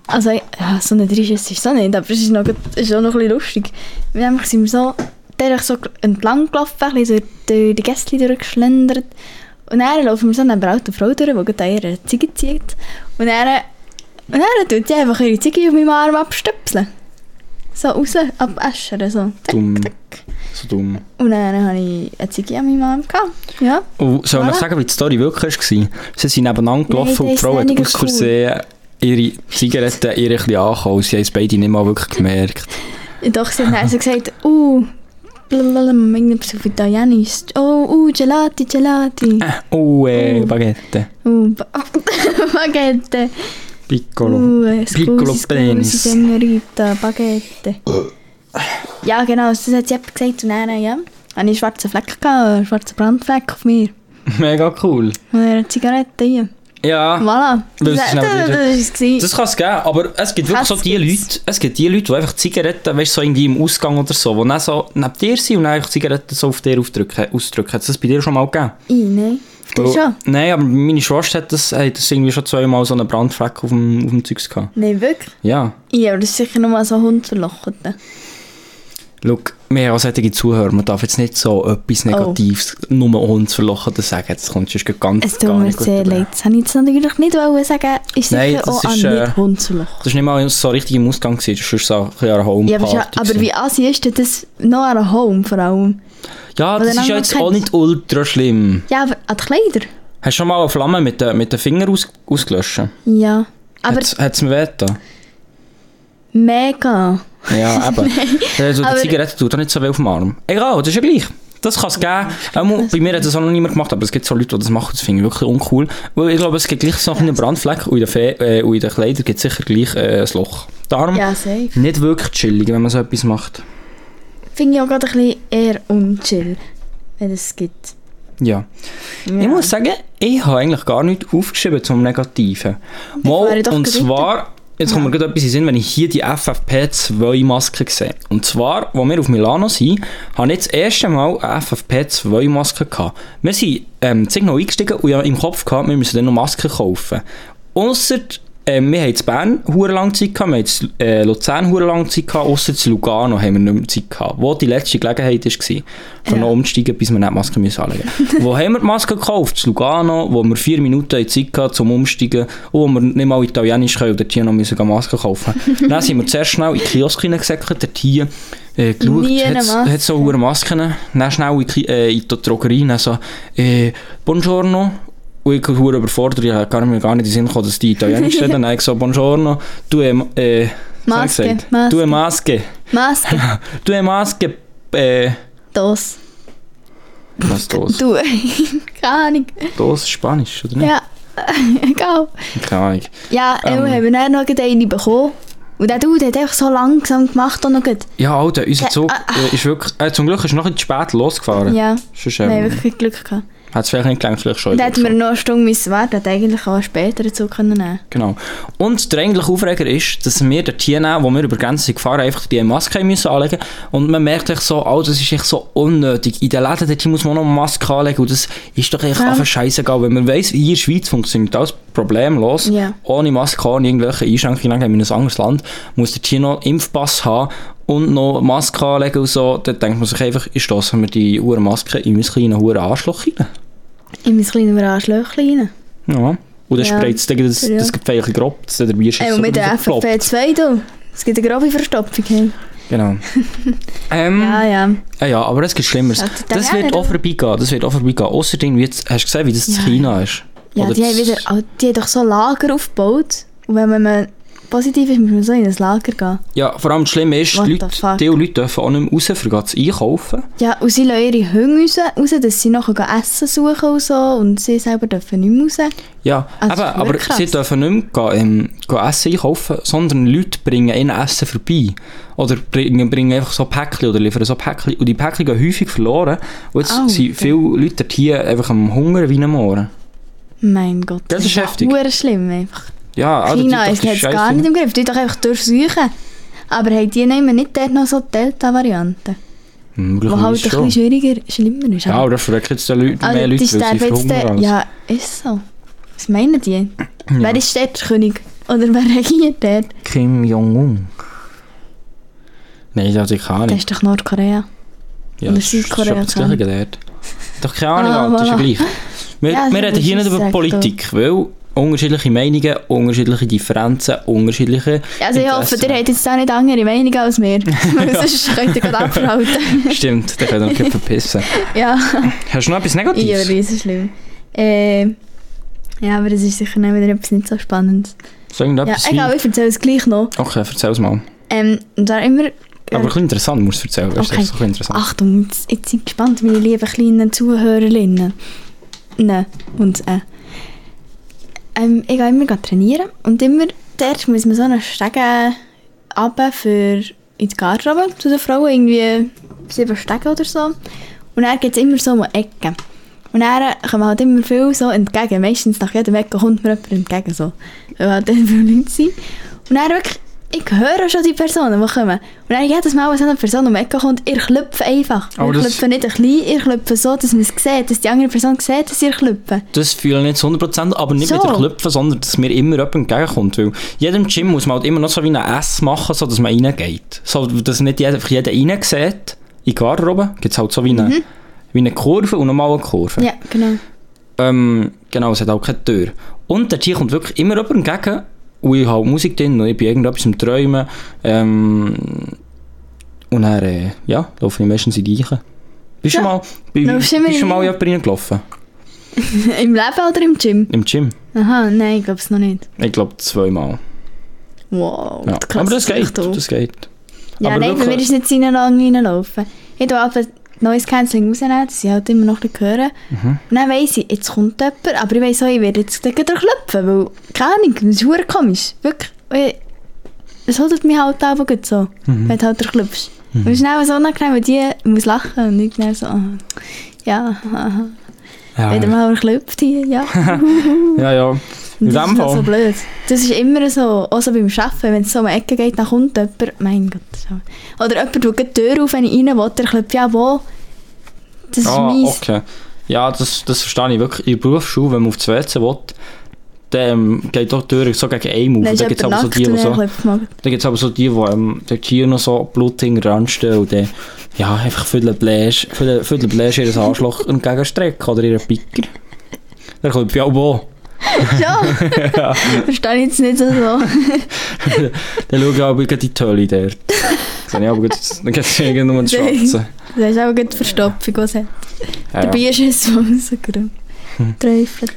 [SPEAKER 3] also ja, so ein Dreischüsse ist es auch nicht, aber es ist, noch, gut- es ist auch noch ein bisschen lustig. Wir nämlich sind wir so, der so entlang gelaufen, ein bisschen durch, durch die Gäste durchgeschlendert. Und dann laufen wir so neben einer alten Frau durch, die gerade an ihrer Ziege zieht. Und dann, und dann tut sie einfach ihre Ziege auf meinem Arm abstöpseln. So raus, abäschern, so.
[SPEAKER 2] Dumm. So dumm.
[SPEAKER 3] Und dann hatte ich eine Ziege an meinem Arm. gehabt. Ja.
[SPEAKER 2] Und Oh, soll ich
[SPEAKER 3] Voilà.
[SPEAKER 2] noch sagen, wie die Story wirklich war? Sie sind nebeneinander
[SPEAKER 3] Nein,
[SPEAKER 2] gelaufen
[SPEAKER 3] das
[SPEAKER 2] und die
[SPEAKER 3] ist
[SPEAKER 2] Frau hat
[SPEAKER 3] weniger
[SPEAKER 2] aus
[SPEAKER 3] cool.
[SPEAKER 2] Versehen ihre Zigaretten ihre ein bisschen angehauen. Sie haben es beide nicht mal wirklich gemerkt.
[SPEAKER 3] Doch, sie hat dann so gesagt, uh, blablabla, irgendwas auf Italienisch. Oh, uh, Gelati, Gelati.
[SPEAKER 2] Oh, äh,
[SPEAKER 3] Oh.
[SPEAKER 2] Baguette.
[SPEAKER 3] Uh, ba- Baguette.
[SPEAKER 2] Piccolo.
[SPEAKER 3] Uh, äh,
[SPEAKER 2] Piccolo
[SPEAKER 3] scusi, scusi,
[SPEAKER 2] Penis.
[SPEAKER 3] Signorita, Baguette. Ja, genau, das hat sie eben gesagt. Und dann, ja, hatte ich einen schwarzen Fleck, gehabt, einen schwarzen Brandfleck auf mir.
[SPEAKER 2] Mega cool.
[SPEAKER 3] Und eine Zigarette hier.
[SPEAKER 2] Ja.
[SPEAKER 3] Voilà.
[SPEAKER 2] Weil
[SPEAKER 3] Das,
[SPEAKER 2] es ist
[SPEAKER 3] das, das,
[SPEAKER 2] aber-
[SPEAKER 3] ist es. gewesen.
[SPEAKER 2] Das kann es geben, aber es gibt wirklich
[SPEAKER 3] Das
[SPEAKER 2] so die
[SPEAKER 3] gibt's.
[SPEAKER 2] Leute, es gibt die Leute, die einfach Zigaretten, weißt du, so irgendwie im Ausgang oder so, die dann so neben dir sind und dann einfach Zigaretten so auf dir aufdrücken, ausdrücken. Hat es das bei dir schon mal gegeben?
[SPEAKER 3] Ih, nein. Du
[SPEAKER 2] Weil-
[SPEAKER 3] schon?
[SPEAKER 2] Nein, aber meine Schwester hat das, hat das irgendwie schon zweimal so einen Brandfleck auf dem, auf dem Zeugs gehabt.
[SPEAKER 3] Nein, wirklich?
[SPEAKER 2] Ja.
[SPEAKER 3] Ja, aber das ist sicher nur mal so ein Hund verlochen.
[SPEAKER 2] Schau, wir haben auch solche Zuhörer, man darf jetzt nicht so etwas
[SPEAKER 3] Oh.
[SPEAKER 2] Negatives, nur uns verlochen, das sagen, jetzt kommst du sonst ganz,
[SPEAKER 3] Es tut
[SPEAKER 2] gar
[SPEAKER 3] mir
[SPEAKER 2] nicht gut
[SPEAKER 3] sehr
[SPEAKER 2] rüber.
[SPEAKER 3] leid. Das habe ich jetzt natürlich nicht wollen sagen. Ist
[SPEAKER 2] Nein,
[SPEAKER 3] sicher
[SPEAKER 2] das
[SPEAKER 3] auch
[SPEAKER 2] ist,
[SPEAKER 3] an
[SPEAKER 2] äh,
[SPEAKER 3] nicht Hund zu lachen.
[SPEAKER 2] Das war nicht mal so richtig im Ausgang, gewesen, das war so ein bisschen eine Homeparty.
[SPEAKER 3] Ja, aber, schon, aber
[SPEAKER 2] gewesen.
[SPEAKER 3] wie assi ist denn das noch an einem Home vor allem?
[SPEAKER 2] ja, das
[SPEAKER 3] Oder
[SPEAKER 2] ist ja
[SPEAKER 3] lange
[SPEAKER 2] jetzt auch
[SPEAKER 3] kennt's.
[SPEAKER 2] nicht ultra schlimm.
[SPEAKER 3] Ja, aber an die Kleider?
[SPEAKER 2] Hast du schon mal eine Flamme mit den, mit den Fingern aus, ausgelöscht?
[SPEAKER 3] Ja. Aber
[SPEAKER 2] Hat es mir wehgetan?
[SPEAKER 3] mega.
[SPEAKER 2] Ja, eben. also, die
[SPEAKER 3] aber-
[SPEAKER 2] Zigarette tut doch nicht so weh auf dem Arm. Egal, das ist ja gleich. Das kann es geben. Einmal, bei mir hat das auch noch niemand gemacht, aber es gibt so Leute, die das machen, das finde ich wirklich uncool. Weil ich glaube, es gibt gleich so einen Brandfleck und in den, Fe äh, und in den Kleidern gibt es sicher gleich äh, ein Loch. Darum
[SPEAKER 3] Ja, safe.
[SPEAKER 2] nicht wirklich chillig, wenn man so etwas macht.
[SPEAKER 3] Finde ich auch gerade ein bisschen eher unchill, wenn es gibt.
[SPEAKER 2] Ja. Ich muss sagen, ich habe eigentlich gar nichts aufgeschrieben zum Negativen.
[SPEAKER 3] fahre
[SPEAKER 2] Mal,
[SPEAKER 3] ich doch
[SPEAKER 2] und
[SPEAKER 3] gerade
[SPEAKER 2] zwar, jetzt kommt mir gerade etwas in den Sinn, wenn ich hier die FFP2-Maske sehe. Und zwar, als wir auf Milano sind, habe ich das erste Mal eine FFP2-Maske gehabt. Wir sind ähm, das Signal eingestiegen und ich habe im Kopf gehabt, wir müssen dann noch Masken kaufen. Ausser, ähm, wir haben in Bern hure lange Zeit gehabt, wir haben in äh, Luzern hure lange Zeit gehabt, ausser in Lugano haben wir nicht mehr Zeit gehabt, wo die letzte Gelegenheit war, von noch umzusteigen, bis wir nicht die Maske müssen anlegen mussten. wo haben wir die Maske gekauft? In Lugano, wo wir vier Minuten haben Zeit hatten zum Umsteigen und wo wir nicht mal Italienisch können und dort hier noch müssen gehen Maske kaufen Dann sind wir zuerst schnell in den Kiosk hineingesäckert, dort hier äh, geschaut,
[SPEAKER 3] Nie eine
[SPEAKER 2] hat's-
[SPEAKER 3] Maske.
[SPEAKER 2] hat so hure Masken. Dann schnell in die, Ki- äh, in die Drogerie, dann so, äh, Buongiorno. Und ich war überfordert, ich habe gar nicht, gar nicht in den Sinn gekommen, dass die Italienisch reden. Dann habe ich gesagt, Buongiorno, du, äh,
[SPEAKER 3] Maske, Maske.
[SPEAKER 2] du, Maske,
[SPEAKER 3] Maske,
[SPEAKER 2] du, Maske, äh,
[SPEAKER 3] das,
[SPEAKER 2] was ist das?
[SPEAKER 3] du, keine Ahnung.
[SPEAKER 2] Das ist Spanisch, oder nicht?
[SPEAKER 3] Ja, Egal.
[SPEAKER 2] Keine Ahnung.
[SPEAKER 3] Ja, ähm. wir haben dann noch gerade eine bekommen. Und der Dude hat einfach so langsam gemacht und noch gerade...
[SPEAKER 2] Ja, Alter, unser
[SPEAKER 3] Ja,
[SPEAKER 2] Zug
[SPEAKER 3] ah,
[SPEAKER 2] äh, ist wirklich... Äh, zum Glück ist er noch ein bisschen spät losgefahren.
[SPEAKER 3] Ja,
[SPEAKER 2] Sonst
[SPEAKER 3] wir haben
[SPEAKER 2] ähm,
[SPEAKER 3] wirklich Glück gehabt.
[SPEAKER 2] hat es vielleicht nicht gelangt, vielleicht schon.
[SPEAKER 3] Und dann hätten wir noch eine Stunde müssen warten, hätten eigentlich auch einen späteren Zug können nehmen
[SPEAKER 2] Genau. Und der eigentliche Aufreger ist, dass wir dort hinehmen, wo wir über die Grenze sind gefahren einfach die Maske haben müssen anlegen Und man merkt echt so, oh, das ist echt so unnötig. In den Läden dort muss man auch noch eine Maske anlegen und das ist doch echt
[SPEAKER 3] Ja.
[SPEAKER 2] einfach scheißegal. Wenn man weiss, wie in der Schweiz funktioniert alles problemlos,
[SPEAKER 3] Ja.
[SPEAKER 2] ohne Maske, ohne irgendwelche Einschränkungen, haben wir in ein anderes Land, muss der hier noch einen Impfpass haben und noch Maske anlegen und so, dann denkt man sich einfach, ich stosse mir die Uhr Maske in mein kleines Huren Arschloch rein.
[SPEAKER 3] In mein kleines Arschlöchchen rein.
[SPEAKER 2] Ja. Und dann
[SPEAKER 3] Ja.
[SPEAKER 2] spreizt es gegen das,
[SPEAKER 3] Ja.
[SPEAKER 2] das Gefeilchen grob, dass der Bier
[SPEAKER 3] Ey, und mit der FFP2, du. Es gibt eine grobe Verstopfung. Hey.
[SPEAKER 2] Genau. ähm,
[SPEAKER 3] Ja,
[SPEAKER 2] ja.
[SPEAKER 3] ja.
[SPEAKER 2] ja, aber es gibt Schlimmeres.
[SPEAKER 3] Schaut da
[SPEAKER 2] Das
[SPEAKER 3] her,
[SPEAKER 2] wird
[SPEAKER 3] du.
[SPEAKER 2] auch vorbeigehen, das wird auch vorbeigehen. Außerdem, wie jetzt, hast du gesehen, wie das
[SPEAKER 3] um- Ja.
[SPEAKER 2] in China ist?
[SPEAKER 3] Ja,
[SPEAKER 2] Oder
[SPEAKER 3] die haben,
[SPEAKER 2] das-
[SPEAKER 3] wieder, oh, die haben doch so Lager aufgebaut. Und wenn man- wenn man positiv ist, muss man so in ein Lager gehen.
[SPEAKER 2] ja, vor allem das Schlimme ist,
[SPEAKER 3] What
[SPEAKER 2] die
[SPEAKER 3] the
[SPEAKER 2] Leute,
[SPEAKER 3] fuck?
[SPEAKER 2] die Leute dürfen auch nicht mehr raus, für das einkaufen.
[SPEAKER 3] Ja, und sie lassen ihre Hunde raus, raus, dass sie nachher gehen Essen suchen und so. Und sie selber dürfen nicht mehr raus.
[SPEAKER 2] Ja,
[SPEAKER 3] Also,
[SPEAKER 2] eben,
[SPEAKER 3] das ist
[SPEAKER 2] aber
[SPEAKER 3] wirklich
[SPEAKER 2] sie
[SPEAKER 3] krass.
[SPEAKER 2] dürfen nicht mehr gehen, ähm, gehen Essen einkaufen, sondern Leute bringen ihnen Essen vorbei. Oder bringen, bringen einfach so Päckchen oder liefern so Päckchen. Und die Päckchen gehen häufig verloren. Und jetzt
[SPEAKER 3] Alter.
[SPEAKER 2] sind viele Leute hier einfach am Hungern wie am Ohren.
[SPEAKER 3] Mein Gott.
[SPEAKER 2] Das ist heftig.
[SPEAKER 3] verdammt schlimm einfach.
[SPEAKER 2] Ja, ah, Alter,
[SPEAKER 3] China
[SPEAKER 2] die-
[SPEAKER 3] ist
[SPEAKER 2] die
[SPEAKER 3] jetzt
[SPEAKER 2] Scheiße-
[SPEAKER 3] gar nicht im Griff. Die doch einfach durchsuchen. Aber hey, die nehmen nicht dort noch so die Delta-Variante.
[SPEAKER 2] Hm,
[SPEAKER 3] Die halt ein
[SPEAKER 2] möglicherweise
[SPEAKER 3] bisschen
[SPEAKER 2] schon.
[SPEAKER 3] schwieriger, schlimmer ist.
[SPEAKER 2] Ja,
[SPEAKER 3] aber-
[SPEAKER 2] aber das schreckt jetzt den Leuten,
[SPEAKER 3] Also,
[SPEAKER 2] mehr Leute,
[SPEAKER 3] die
[SPEAKER 2] weil sie
[SPEAKER 3] sterben jetzt
[SPEAKER 2] verhungern.
[SPEAKER 3] dann-
[SPEAKER 2] als-
[SPEAKER 3] Ja, ist so. Was meinen die? Wer ist der König? Oder wer regiert der?
[SPEAKER 2] Kim Jong-un. Nein, das hat keine
[SPEAKER 3] Das
[SPEAKER 2] Ahnung.
[SPEAKER 3] ist doch Nordkorea.
[SPEAKER 2] Ja,
[SPEAKER 3] oder
[SPEAKER 2] das ist
[SPEAKER 3] Südkorea,
[SPEAKER 2] schon das
[SPEAKER 3] keine
[SPEAKER 2] Gleiche dort. Doch keine Ahnung,
[SPEAKER 3] Ah,
[SPEAKER 2] Alter, das ist ja
[SPEAKER 3] voilà.
[SPEAKER 2] gleich. Wir,
[SPEAKER 3] Ja,
[SPEAKER 2] wir
[SPEAKER 3] so
[SPEAKER 2] reden hier
[SPEAKER 3] wie
[SPEAKER 2] nicht
[SPEAKER 3] sie
[SPEAKER 2] über
[SPEAKER 3] sagt,
[SPEAKER 2] Politik, weil unterschiedliche Meinungen, unterschiedliche Differenzen, unterschiedliche
[SPEAKER 3] Also ich hoffe, ihr
[SPEAKER 2] Interessen.
[SPEAKER 3] habt jetzt auch nicht andere Meinung als wir. Weil sonst könnt ihr gerade abschalten.
[SPEAKER 2] Stimmt, dann können wir uns verpissen.
[SPEAKER 3] ja,
[SPEAKER 2] Hast du noch etwas
[SPEAKER 3] ja,
[SPEAKER 2] Negatives?
[SPEAKER 3] riesen schlimm. Äh, ja, aber das ist sicher nicht wieder etwas nicht so Spannendes.
[SPEAKER 2] so
[SPEAKER 3] Ja,
[SPEAKER 2] irgendetwas
[SPEAKER 3] egal,
[SPEAKER 2] wie...
[SPEAKER 3] ich erzähle es gleich noch.
[SPEAKER 2] Okay, erzähl es mal.
[SPEAKER 3] Ähm, und zwar immer...
[SPEAKER 2] Aber ein bisschen Oh, interessant musst du es erzählen, weißt du,
[SPEAKER 3] Okay.
[SPEAKER 2] das ist so ein bisschen interessant.
[SPEAKER 3] Achtung, jetzt, jetzt sind gespannt, meine lieben kleinen Zuhörerinnen. Ne, und äh. Ähm, ich gehe immer geh trainieren und immer dort muss man so einen Stegen runter für in die Garderobe zu den Frauen, irgendwie sieben Stegen oder so. Und dann gibt es immer so um Ecken. Und dann kommen halt immer viel so entgegen. Meistens nach jedem Ecke kommt mir jemand entgegen, so. weil halt dann viele Leute sind. Und dann wirklich, ich höre schon die Personen, die kommen. Und dann jedes Mal, wenn so eine Person um die Ecke kommt, ihr klopft einfach.
[SPEAKER 2] Aber
[SPEAKER 3] ihr
[SPEAKER 2] das-
[SPEAKER 3] klopft nicht ein bisschen, ihr klopft so, dass man es sieht, dass die andere Person sieht, dass ihr klopft.
[SPEAKER 2] Das fühle ich nicht zu 100%, aber nicht
[SPEAKER 3] So.
[SPEAKER 2] mit der Klöpfen, sondern dass mir immer jemand entgegenkommt. Weil jedem Gym muss man halt immer noch so wie ein S machen, so dass man reingeht. So, dass nicht jeder, jeder rein sieht. In die Garderobe gibt es halt so wie eine, wie eine Kurve und nochmal eine Kurve.
[SPEAKER 3] Mhm. Ja, genau.
[SPEAKER 2] Ähm, genau, es hat auch keine Tür. Und der Tier kommt wirklich immer jemand entgegen. Und ich habe Musik drin und ich bin irgendetwas am Träumen. Ähm, und dann, äh, ja, laufe ich meistens in die Eiche. Bist du
[SPEAKER 3] Ja.
[SPEAKER 2] mal, bi-
[SPEAKER 3] Laufst du immer
[SPEAKER 2] bist du
[SPEAKER 3] in-
[SPEAKER 2] mal in jemanden reingelaufen?
[SPEAKER 3] Im Leben oder im Gym?
[SPEAKER 2] Im Gym?
[SPEAKER 3] Aha, nein, ich glaube es noch nicht.
[SPEAKER 2] Ich glaube zweimal.
[SPEAKER 3] Wow,
[SPEAKER 2] Ja.
[SPEAKER 3] die Klasse
[SPEAKER 2] Aber das
[SPEAKER 3] ist echt
[SPEAKER 2] geht,
[SPEAKER 3] hoch.
[SPEAKER 2] das geht.
[SPEAKER 3] Ja,
[SPEAKER 2] Aber
[SPEAKER 3] nein, bei
[SPEAKER 2] wirklich-
[SPEAKER 3] mir ist nicht seine Lange reinlaufen. Ich tue aber neues Canceling rausnehmen, dass ich halt immer noch ein bisschen höre.
[SPEAKER 2] Mhm.
[SPEAKER 3] Und dann weiss ich, jetzt kommt jemand, aber ich weiss auch, ich werde jetzt gleich wieder klopfen, weil, keine Ahnung, das ist verdammt komisch, wirklich. Und ich- Es holt mich halt auch gut so, wenn du halt klopfst. Mhm. Und es ist dann auch so unangenehm, weil die muss lachen und ich dann so, ah, ja, ah, aha,
[SPEAKER 2] Ah, Ja,
[SPEAKER 3] wieder mal klopft hier, ja.
[SPEAKER 2] ja. ja. In
[SPEAKER 3] Und das
[SPEAKER 2] dem
[SPEAKER 3] ist halt so
[SPEAKER 2] Fall.
[SPEAKER 3] blöd. Das ist immer so, auch so beim Arbeiten, wenn es so um die Ecke geht, dann kommt jemand, mein Gott. das ist auch- Oder jemand schaut die Tür auf, wenn ich rein will, der klopft ja wo. Das ist
[SPEAKER 2] Ah,
[SPEAKER 3] mies.
[SPEAKER 2] okay. Ja, das, das verstehe ich wirklich. In der Berufsschule, wenn man auf das WC will, dann ähm, geht doch die Tür so gegen einen auf. Und
[SPEAKER 3] Dann ist
[SPEAKER 2] Dann gibt es
[SPEAKER 3] jemand
[SPEAKER 2] Also aber so
[SPEAKER 3] nackt
[SPEAKER 2] die,
[SPEAKER 3] und
[SPEAKER 2] die
[SPEAKER 3] dann
[SPEAKER 2] so,
[SPEAKER 3] klopft man.
[SPEAKER 2] dann gibt's aber so die, die ähm, dort hier noch so blutig ranstehen und dann ja, einfach viele Bläsch, viele, viele Bläsch ihres Arschloch entgegenstrecken oder ihren Picker. Dann kommt ja auch.
[SPEAKER 3] Ja, verstehe ich jetzt nicht so. so.
[SPEAKER 2] Dann schaue ich aber gleich die Tölle dort. Dann habe ich aber gleich- dann gibt es irgendwann nur das
[SPEAKER 3] Nein.
[SPEAKER 2] Schwarze.
[SPEAKER 3] Das ist auch eine gute Verstopfung, was hat.
[SPEAKER 2] Ja, Hm.
[SPEAKER 3] Dabei
[SPEAKER 2] ja.
[SPEAKER 3] ist es so rausgekommen. Träufelt.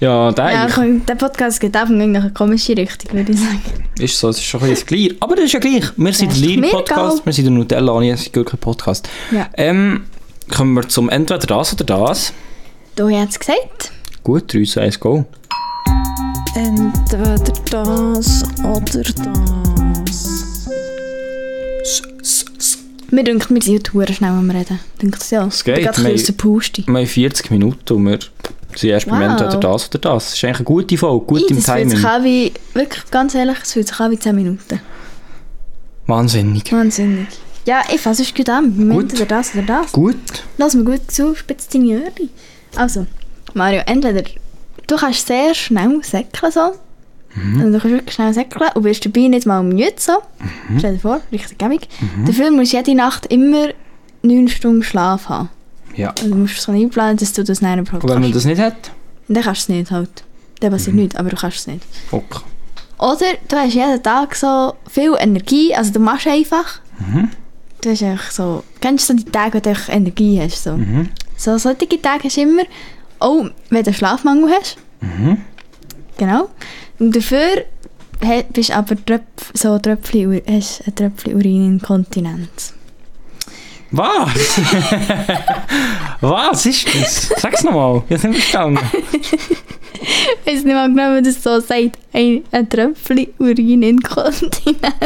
[SPEAKER 2] ja der
[SPEAKER 3] Ja, komm, der Podcast geht einfach in eine komische Richtung, würde ich sagen.
[SPEAKER 2] Ist so, es ist schon ein bisschen Glier. Aber das ist ja gleich. Wir sind
[SPEAKER 3] Ja,
[SPEAKER 2] der
[SPEAKER 3] mir
[SPEAKER 2] Glier-Podcast,
[SPEAKER 3] egal.
[SPEAKER 2] wir sind der nutella anja sind wirklich podcast
[SPEAKER 3] Ja.
[SPEAKER 2] Ähm, kommen wir zum entweder das oder das.
[SPEAKER 3] Du hast es gesagt.
[SPEAKER 2] Gut, 3, 2, 1, go.
[SPEAKER 4] Entweder das oder das.
[SPEAKER 3] Mir denkt, wir sind ja verdammt schnell am Reden. Denkt ja.
[SPEAKER 2] Es geht,
[SPEAKER 3] Ich bin gerade ein
[SPEAKER 2] mei-
[SPEAKER 3] bisschen aus der Puste.
[SPEAKER 2] Wir haben 40 Minuten und wir sind erst beim
[SPEAKER 3] Wow.
[SPEAKER 2] Entweder das oder das. Es ist eigentlich eine gute Folge, gut
[SPEAKER 3] Ih,
[SPEAKER 2] im
[SPEAKER 3] das fühlt sich
[SPEAKER 2] Timing.
[SPEAKER 3] an wie, wirklich ganz ehrlich, es fühlt sich an wie 10 Minuten.
[SPEAKER 2] Wahnsinnig.
[SPEAKER 3] Wahnsinnig. Ja, ich fasse es gut an. Wir
[SPEAKER 2] Gut.
[SPEAKER 3] meinen oder das oder das.
[SPEAKER 2] Gut.
[SPEAKER 3] Lass mir gut zu, spitz deine Ohren. Also, Mario, entweder du kannst sehr schnell säckeln so.
[SPEAKER 2] Mhm.
[SPEAKER 3] Also, du kannst wirklich schnell säckeln und wirst dabei nicht mal müde so.
[SPEAKER 2] Mhm.
[SPEAKER 3] Stell dir vor, richtig gäbig. Dafür musst du jede Nacht immer 9 Stunden Schlaf haben.
[SPEAKER 2] Ja.
[SPEAKER 3] Also, du musst es so einplanen, dass du das nachher überhaupt
[SPEAKER 2] Und wenn man
[SPEAKER 3] kannst.
[SPEAKER 2] das Mhm. nicht hat,
[SPEAKER 3] Und dann kannst du es nicht halt. Dann passiert nichts, aber du kannst es nicht.
[SPEAKER 2] fuck.
[SPEAKER 3] Oder du hast jeden Tag so viel Energie, also du machst einfach. Du hast einfach so, kennst du so die Tage, wo du einfach Energie hast? So. so solche Tage hast du immer, auch wenn du Schlafmangel hast. Genau. Und dafür he- bist du aber Tröpf, so Tröpfchen, Ur- hast ein Tröpfchen Urininkontinenz.
[SPEAKER 2] Was? Was ist das? Sag's nochmal. Ich hab's nicht verstanden.
[SPEAKER 3] Ich weiß nicht mal genau, wie das so sagt. Ein, ein Tröpfchen Urininkontinenz.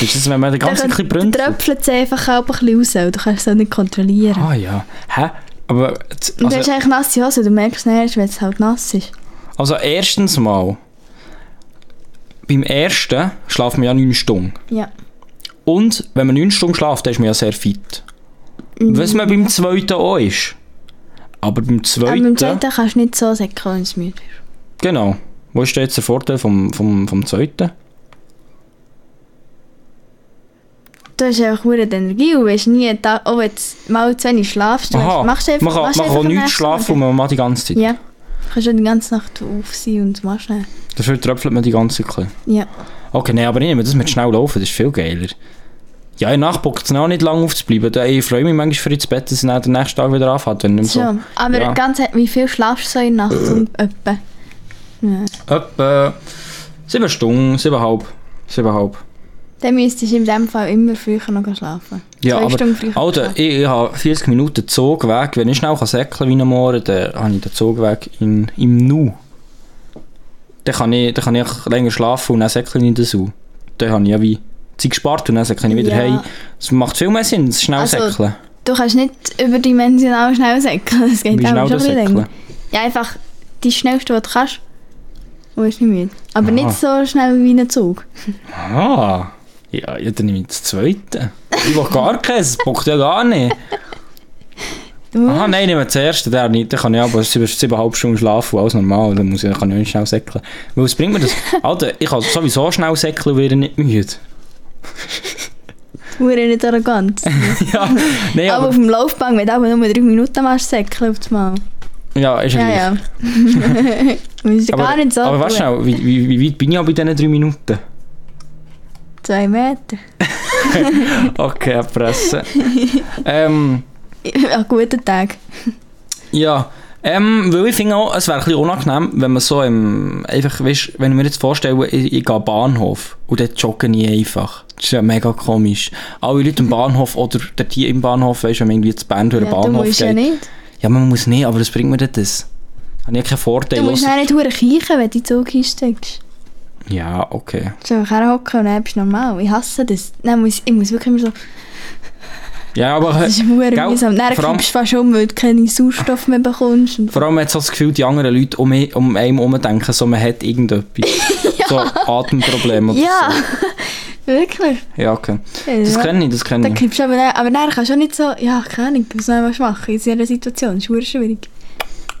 [SPEAKER 2] Ist das, wenn man den ganzen Klick
[SPEAKER 3] Dann
[SPEAKER 2] brennt?
[SPEAKER 3] tröpfelt es einfach auch ein bisschen raus, weil du kannst es auch nicht kontrollieren.
[SPEAKER 2] Ah ja. Hä? Aber, jetzt-
[SPEAKER 3] Und du hast
[SPEAKER 2] also,
[SPEAKER 3] eigentlich nasse Hose, du merkst es erst, wenn es halt nass ist.
[SPEAKER 2] also erstens mal, beim ersten schlafen wir ja 9 Stunden.
[SPEAKER 3] Ja.
[SPEAKER 2] Und wenn man 9 Stunden schläft, dann ist man ja sehr fit. Was man beim zweiten auch ist. Aber beim
[SPEAKER 3] Aber
[SPEAKER 2] zweiten.
[SPEAKER 3] Mhm. beim zweiten kannst du nicht so säckeln, wenn es müde ist.
[SPEAKER 2] Genau. Wo ist denn jetzt der Vorteil vom, vom, vom zweiten?
[SPEAKER 3] Du hast einfach hohe Energie und weißt nie, einen Tag- oh, jetzt mal zu wenig schlafst. Du
[SPEAKER 2] Aha,
[SPEAKER 3] weißt, machst einfach,
[SPEAKER 2] man kann,
[SPEAKER 3] machst
[SPEAKER 2] man
[SPEAKER 3] einfach
[SPEAKER 2] kann
[SPEAKER 3] am
[SPEAKER 2] nichts
[SPEAKER 3] nächsten
[SPEAKER 2] schlafen und
[SPEAKER 3] Morgen.
[SPEAKER 2] man macht die ganze Zeit.
[SPEAKER 3] Ja. Du kannst schon die ganze Nacht auf sein und machst nicht.
[SPEAKER 2] Dafür tröpfelt man die ganze Zeit. ein bisschen.
[SPEAKER 3] Ja.
[SPEAKER 2] Okay, nein, aber ich nehme das mit schnell laufen, das ist viel geiler. Ja, in der Nacht bockt es auch nicht lange aufzubleiben. Da- Ich freue mich manchmal für ins Bett, dass ich dann den nächsten Tag wieder anfängt. Wenn nicht mehr
[SPEAKER 3] Schon. Aber
[SPEAKER 2] Also, Ja.
[SPEAKER 3] ganz, wie viel schlafst du so in der Nacht? Und etwa? Ja.
[SPEAKER 2] so. Etwa sieben Stunden, siebeneinhalb. Siebeneinhalb.
[SPEAKER 3] Dann müsstest du in dem Fall immer früher noch schlafen.
[SPEAKER 2] Ja,
[SPEAKER 3] Zwei
[SPEAKER 2] aber,
[SPEAKER 3] Stunden früher
[SPEAKER 2] Alter,
[SPEAKER 3] schlafen.
[SPEAKER 2] ich, ich habe 40 Minuten Zugweg. Wenn ich schnell kann säckeln wie am Morgen, dann habe ich den Zugweg in, im Nu. Dann kann, ich, dann kann ich länger schlafen und dann säckle ich das auch. Dann habe ich ja wie Zeit gespart und dann säckle ich wieder
[SPEAKER 3] Ja.
[SPEAKER 2] hey. Es macht viel mehr Sinn, das schnell
[SPEAKER 3] Also,
[SPEAKER 2] säckeln.
[SPEAKER 3] Du kannst nicht überdimensional schnell säckeln. Das geht
[SPEAKER 2] Wie
[SPEAKER 3] auch
[SPEAKER 2] schnell
[SPEAKER 3] schon ein
[SPEAKER 2] das
[SPEAKER 3] bisschen länger.
[SPEAKER 2] säckeln.
[SPEAKER 3] Ja, einfach die schnellste, die du kannst. Und bist nicht müde. Aber
[SPEAKER 2] Aha.
[SPEAKER 3] nicht so schnell wie ein Zug.
[SPEAKER 2] Ah, ja, ja, dann nehme ich das Zweite. Ich will gar keins, das bockt ja gar nicht.
[SPEAKER 3] Du musst-
[SPEAKER 2] Aha, nein, nehmen wir das erste, der nicht. Dann kann ich aber sieben- siebeneinhalb Stunden schlafen und alles normal. Dann muss ich, dann kann ich auch nicht schnell säckeln. Weil was bringt mir das? Alter, ich kann sowieso schnell säckeln und werde nicht müde.
[SPEAKER 3] Du bist nicht arrogant.
[SPEAKER 2] ja, nein,
[SPEAKER 3] aber
[SPEAKER 2] aber,
[SPEAKER 3] auf dem Laufband, wenn du aber nur drei Minuten machst, säckeln auf einmal.
[SPEAKER 2] ja, ist ja
[SPEAKER 3] Ja,
[SPEAKER 2] gleich.
[SPEAKER 3] ja. Du musst ja
[SPEAKER 2] Aber,
[SPEAKER 3] gar nicht so
[SPEAKER 2] aber weißt
[SPEAKER 3] tun.
[SPEAKER 2] schnell, wie, wie, wie weit bin ich auch bei diesen drei Minuten?
[SPEAKER 3] Zwei Meter.
[SPEAKER 2] Okay, erpressen. ähm,
[SPEAKER 3] An guten Tag.
[SPEAKER 2] ja, ähm, weil ich finde auch, es wäre ein bisschen unangenehm, wenn man so im, einfach, weißt, wenn ich mir jetzt vorstelle, ich, ich gehe am Bahnhof und dort jogge ich einfach. Das ist ja mega komisch. Alle Leute am Bahnhof oder der hier im Bahnhof, weißt du, wenn man irgendwie zu Bern durch den
[SPEAKER 3] Ja, du
[SPEAKER 2] Bahnhof
[SPEAKER 3] musst
[SPEAKER 2] geht.
[SPEAKER 3] ja nicht.
[SPEAKER 2] Ja, man muss nicht, aber das bringt mir denn das? Habe ich ja keinen Vorteil.
[SPEAKER 3] Du musst
[SPEAKER 2] ausser-
[SPEAKER 3] ja nicht hure kichern, wenn du in den Zug einsteigst.
[SPEAKER 2] ja, okay.
[SPEAKER 3] Du musst einfach hocken und dann bist du normal. Ich hasse das. Dann muss, ich muss wirklich immer so...
[SPEAKER 2] Ja, aber...
[SPEAKER 3] Das ist hure
[SPEAKER 2] gell,
[SPEAKER 3] mühsam. Dann
[SPEAKER 2] vor allem-
[SPEAKER 3] kippst du fast um, weil du keinen Sauerstoff mehr bekommst. Und
[SPEAKER 2] Vor allem hat so das Gefühl, die anderen Leute um, mich- um einen herum denken, so, man hat irgendetwas. So Atemprobleme oder
[SPEAKER 3] ja, wirklich.
[SPEAKER 2] so. Ja, okay. Das
[SPEAKER 3] Ja.
[SPEAKER 2] kenne ich, das kenne
[SPEAKER 3] Dann
[SPEAKER 2] ich.
[SPEAKER 3] kippst du aber dann, aber dann kannst du auch nicht so, ja, keine Ahnung, dus was soll ich machen in so einer Situation? Das ist verdammt schwierig.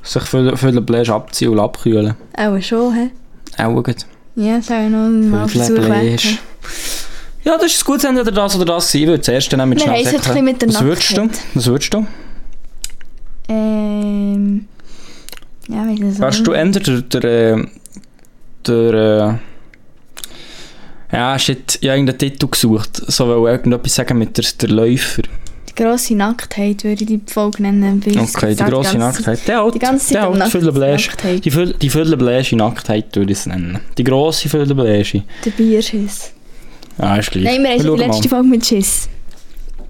[SPEAKER 2] Sich für, für den Bläsch abziehen und abkühlen.
[SPEAKER 3] Auch schon, hä?
[SPEAKER 2] Auch gut.
[SPEAKER 3] Ja, soll ich noch mal
[SPEAKER 2] Für den
[SPEAKER 3] versuchen.
[SPEAKER 2] Bläsch. Ja, das ist ein gutes Ende, oder das oder das sein. Ich würde zuerst dann mit
[SPEAKER 3] Wir
[SPEAKER 2] schnell
[SPEAKER 3] haben es jetzt ein bisschen mit der
[SPEAKER 2] Was würdest du?
[SPEAKER 3] Nacktheit. Mhm.
[SPEAKER 2] Was würdest du?
[SPEAKER 3] Ähm, ja, weiss ich so.
[SPEAKER 2] Wärst du entweder der... der, äh, der äh, ja, shit, ich habe irgendeinen Titel gesucht. So will irgendetwas sagen mit der, der Läufer.
[SPEAKER 3] Die grosse Nacktheit würde ich die eh, Folge nennen. weil es
[SPEAKER 2] Okay,
[SPEAKER 3] gibt
[SPEAKER 2] die
[SPEAKER 3] auch
[SPEAKER 2] grosse
[SPEAKER 3] ganze-
[SPEAKER 2] Nacktheit. Der hat,
[SPEAKER 3] Die ganze
[SPEAKER 2] der
[SPEAKER 3] Zeit um
[SPEAKER 2] hat für den Bläsch.
[SPEAKER 3] Nacktheit.
[SPEAKER 2] Die, Füll- die vödelbläsche Nacktheit würde ich es nennen. Die grosse vödelbläsche.
[SPEAKER 3] Der Bierschiss.
[SPEAKER 2] Ah, ist gleich.
[SPEAKER 3] Nein, wir haben die
[SPEAKER 2] schauen
[SPEAKER 3] letzte
[SPEAKER 2] mal.
[SPEAKER 3] Folge mit Schiss.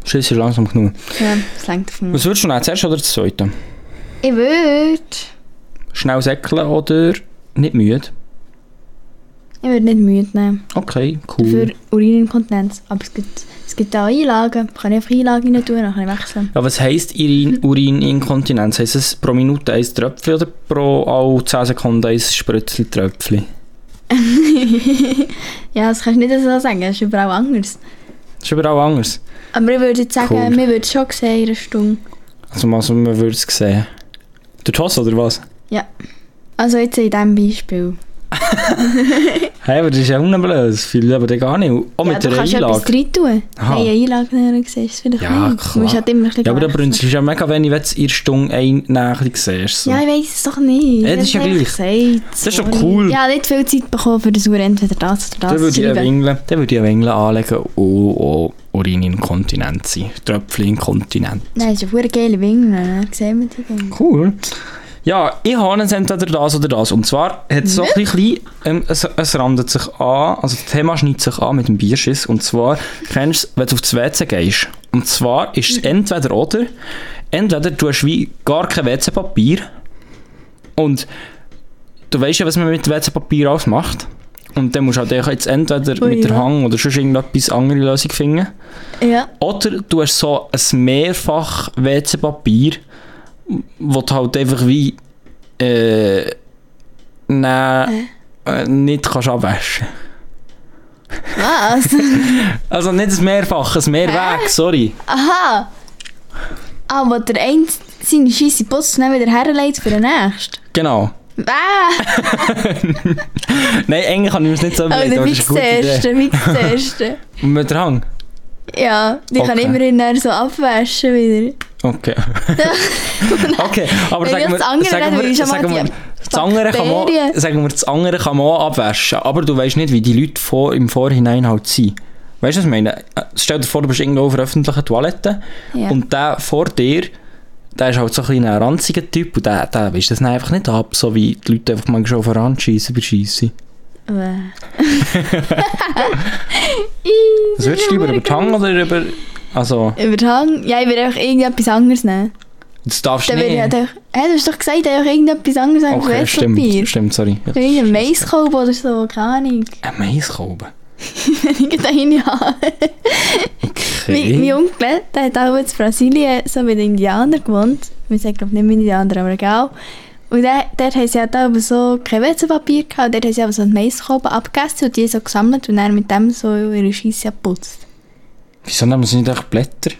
[SPEAKER 2] Schiss ist langsam genug.
[SPEAKER 3] Ja, das längt auf mich.
[SPEAKER 2] Was würdest du nehmen, zuerst oder das zweite?
[SPEAKER 3] Ich würde...
[SPEAKER 2] Schnell säckeln oder nicht müde?
[SPEAKER 3] Ich würde nicht Mühe nehmen.
[SPEAKER 2] Okay,
[SPEAKER 3] Für
[SPEAKER 2] cool.
[SPEAKER 3] Urininkontinenz. Aber es gibt, es gibt auch Einlagen. Man kann einfach Einlagen rein tun, dann kann ich wechseln.
[SPEAKER 2] Ja, was heisst Urin- Urininkontinenz? Heisst es pro Minute ein Tröpfchen oder pro alle 10 Sekunden ein Sprötzli-Tröpfchen?
[SPEAKER 3] ja, das kannst du nicht so sagen, das ist überall anders.
[SPEAKER 2] Das ist überall anders.
[SPEAKER 3] Aber ich würde jetzt sagen,
[SPEAKER 2] Cool.
[SPEAKER 3] wir würden schon sehen in einer Stunde.
[SPEAKER 2] Also, mal so, man würde es sehen. Der Toss oder was?
[SPEAKER 3] Also jetzt in diesem Beispiel.
[SPEAKER 2] Hey, aber das ist ja unblöd. Viel aber dann gar nicht. Auch
[SPEAKER 3] ja,
[SPEAKER 2] mit
[SPEAKER 3] du
[SPEAKER 2] der
[SPEAKER 3] kannst etwas
[SPEAKER 2] Einlage.
[SPEAKER 3] drin tun.
[SPEAKER 2] Aha.
[SPEAKER 3] Nein, eine Einlage näher siehst du es vielleicht
[SPEAKER 2] Ja,
[SPEAKER 3] nicht. Du
[SPEAKER 2] klar.
[SPEAKER 3] musst halt immer ein bisschen
[SPEAKER 2] Ja, aber dann
[SPEAKER 3] wechseln.
[SPEAKER 2] brünnst du ja mega wenig, wenn du in der Stunde ein Nächling siehst. So.
[SPEAKER 3] Ja, ich weiß es doch nicht.
[SPEAKER 2] Ja, das ist ja gleich.
[SPEAKER 3] Das
[SPEAKER 2] ist doch cool.
[SPEAKER 3] Ja, nicht viel Zeit bekommen für das Uhr, entweder das oder das.
[SPEAKER 2] Dann würde ich
[SPEAKER 3] zu
[SPEAKER 2] einen
[SPEAKER 3] schreiben.
[SPEAKER 2] Wingle, dann würde ich einen Wingle anlegen und oh, Urininkontinent sein. Tröpfcheninkontinent.
[SPEAKER 3] Nein, das ist eine geile Winkel. ne? Sehen wir die Dinge.
[SPEAKER 2] Cool. Ja, ich habe es entweder das oder das. Und zwar hat es so ein bisschen, ähm, es, es randet sich an, also das Thema schneidet sich an mit dem Bierschiss. Und zwar, kennst du es, wenn du aufs WC gehst. Und zwar ist es entweder oder, entweder du hast wie gar kein WC-Papier und du weißt ja, was man mit WC-Papier alles macht. Und dann musst du halt eigentlich jetzt entweder
[SPEAKER 3] Ui,
[SPEAKER 2] mit der
[SPEAKER 3] ja.
[SPEAKER 2] Hang oder sonst irgendetwas andere Lösung finden.
[SPEAKER 3] Ja.
[SPEAKER 2] Oder du hast so ein mehrfach WC-Papier, wo du halt einfach wie äh, nein, äh, nicht kannst abwaschen.
[SPEAKER 3] Was?
[SPEAKER 2] Also nicht ein mehrfach, ein Mehrweg, sorry.
[SPEAKER 3] Aha! Ah, Aber der eine seine scheisse Putz dann wieder herleitet für den nächsten.
[SPEAKER 2] Genau.
[SPEAKER 3] Ah!
[SPEAKER 2] Nein, eigentlich kann ich mir das nicht so
[SPEAKER 3] Aber
[SPEAKER 2] überlegen, aber das ist
[SPEAKER 3] der Mix
[SPEAKER 2] eine gute Idee.
[SPEAKER 3] erste, Mix erste.
[SPEAKER 2] Und mit der Hang?
[SPEAKER 3] Ja, die kann
[SPEAKER 2] Okay.
[SPEAKER 3] immerhin dann so abwaschen wieder.
[SPEAKER 2] Okay. okay, aber
[SPEAKER 3] Wenn
[SPEAKER 2] sagen
[SPEAKER 3] wir
[SPEAKER 2] wir,
[SPEAKER 3] das andere
[SPEAKER 2] sagen
[SPEAKER 3] reden,
[SPEAKER 2] wir,
[SPEAKER 3] ist ja mal
[SPEAKER 2] sagen wir,
[SPEAKER 3] die
[SPEAKER 2] das andere kann man,
[SPEAKER 3] Bakterien.
[SPEAKER 2] sagen wir, das andere kann man auch abwaschen, aber du weißt nicht, wie die Leute vor, im Vorhinein halt sind. Weißt du, was ich meine? Äh, Stell dir vor, du bist irgendwo auf einer öffentlichen Toilette
[SPEAKER 3] Ja.
[SPEAKER 2] und der vor dir, der ist halt so ein bisschen ein ranziger Typ und der, der weisst das dann einfach nicht ab, so wie die Leute einfach mal schon auf den Rand schiessen bei Scheissen.
[SPEAKER 3] Bäh.
[SPEAKER 2] Was würdest du lieber, über die Hand oder über... Also,
[SPEAKER 3] Über den Hang? Ja, ich würde einfach irgendetwas anderes nehmen.
[SPEAKER 2] das darfst du
[SPEAKER 3] Dann würde ich halt
[SPEAKER 2] nicht.
[SPEAKER 3] einfach... Hä, du hast doch gesagt, ich hätte einfach irgendetwas anderes nehmen
[SPEAKER 2] Okay,
[SPEAKER 3] als
[SPEAKER 2] stimmt,
[SPEAKER 3] Wertpapier.
[SPEAKER 2] stimmt, sorry. Ja,
[SPEAKER 3] Irgendwie ein Maiskolben oder so, keine Ahnung.
[SPEAKER 2] Ein Maiskolben.
[SPEAKER 3] Irgendeine Haare.
[SPEAKER 2] Okay.
[SPEAKER 3] Mein, mein Onkel, der hat auch in Brasilien so mit Indianern gewohnt. Wir sagen, glaube nicht mit Indianern, aber egal. Und der, dort haben sie halt auch aber so kein WC-Papier gehabt. Und dort haben sie aber so einen Maiskolben abgegessen und die so gesammelt und dann mit dem so ihre Scheisse geputzt.
[SPEAKER 2] Wieso nehmen sie nicht echt Blätter?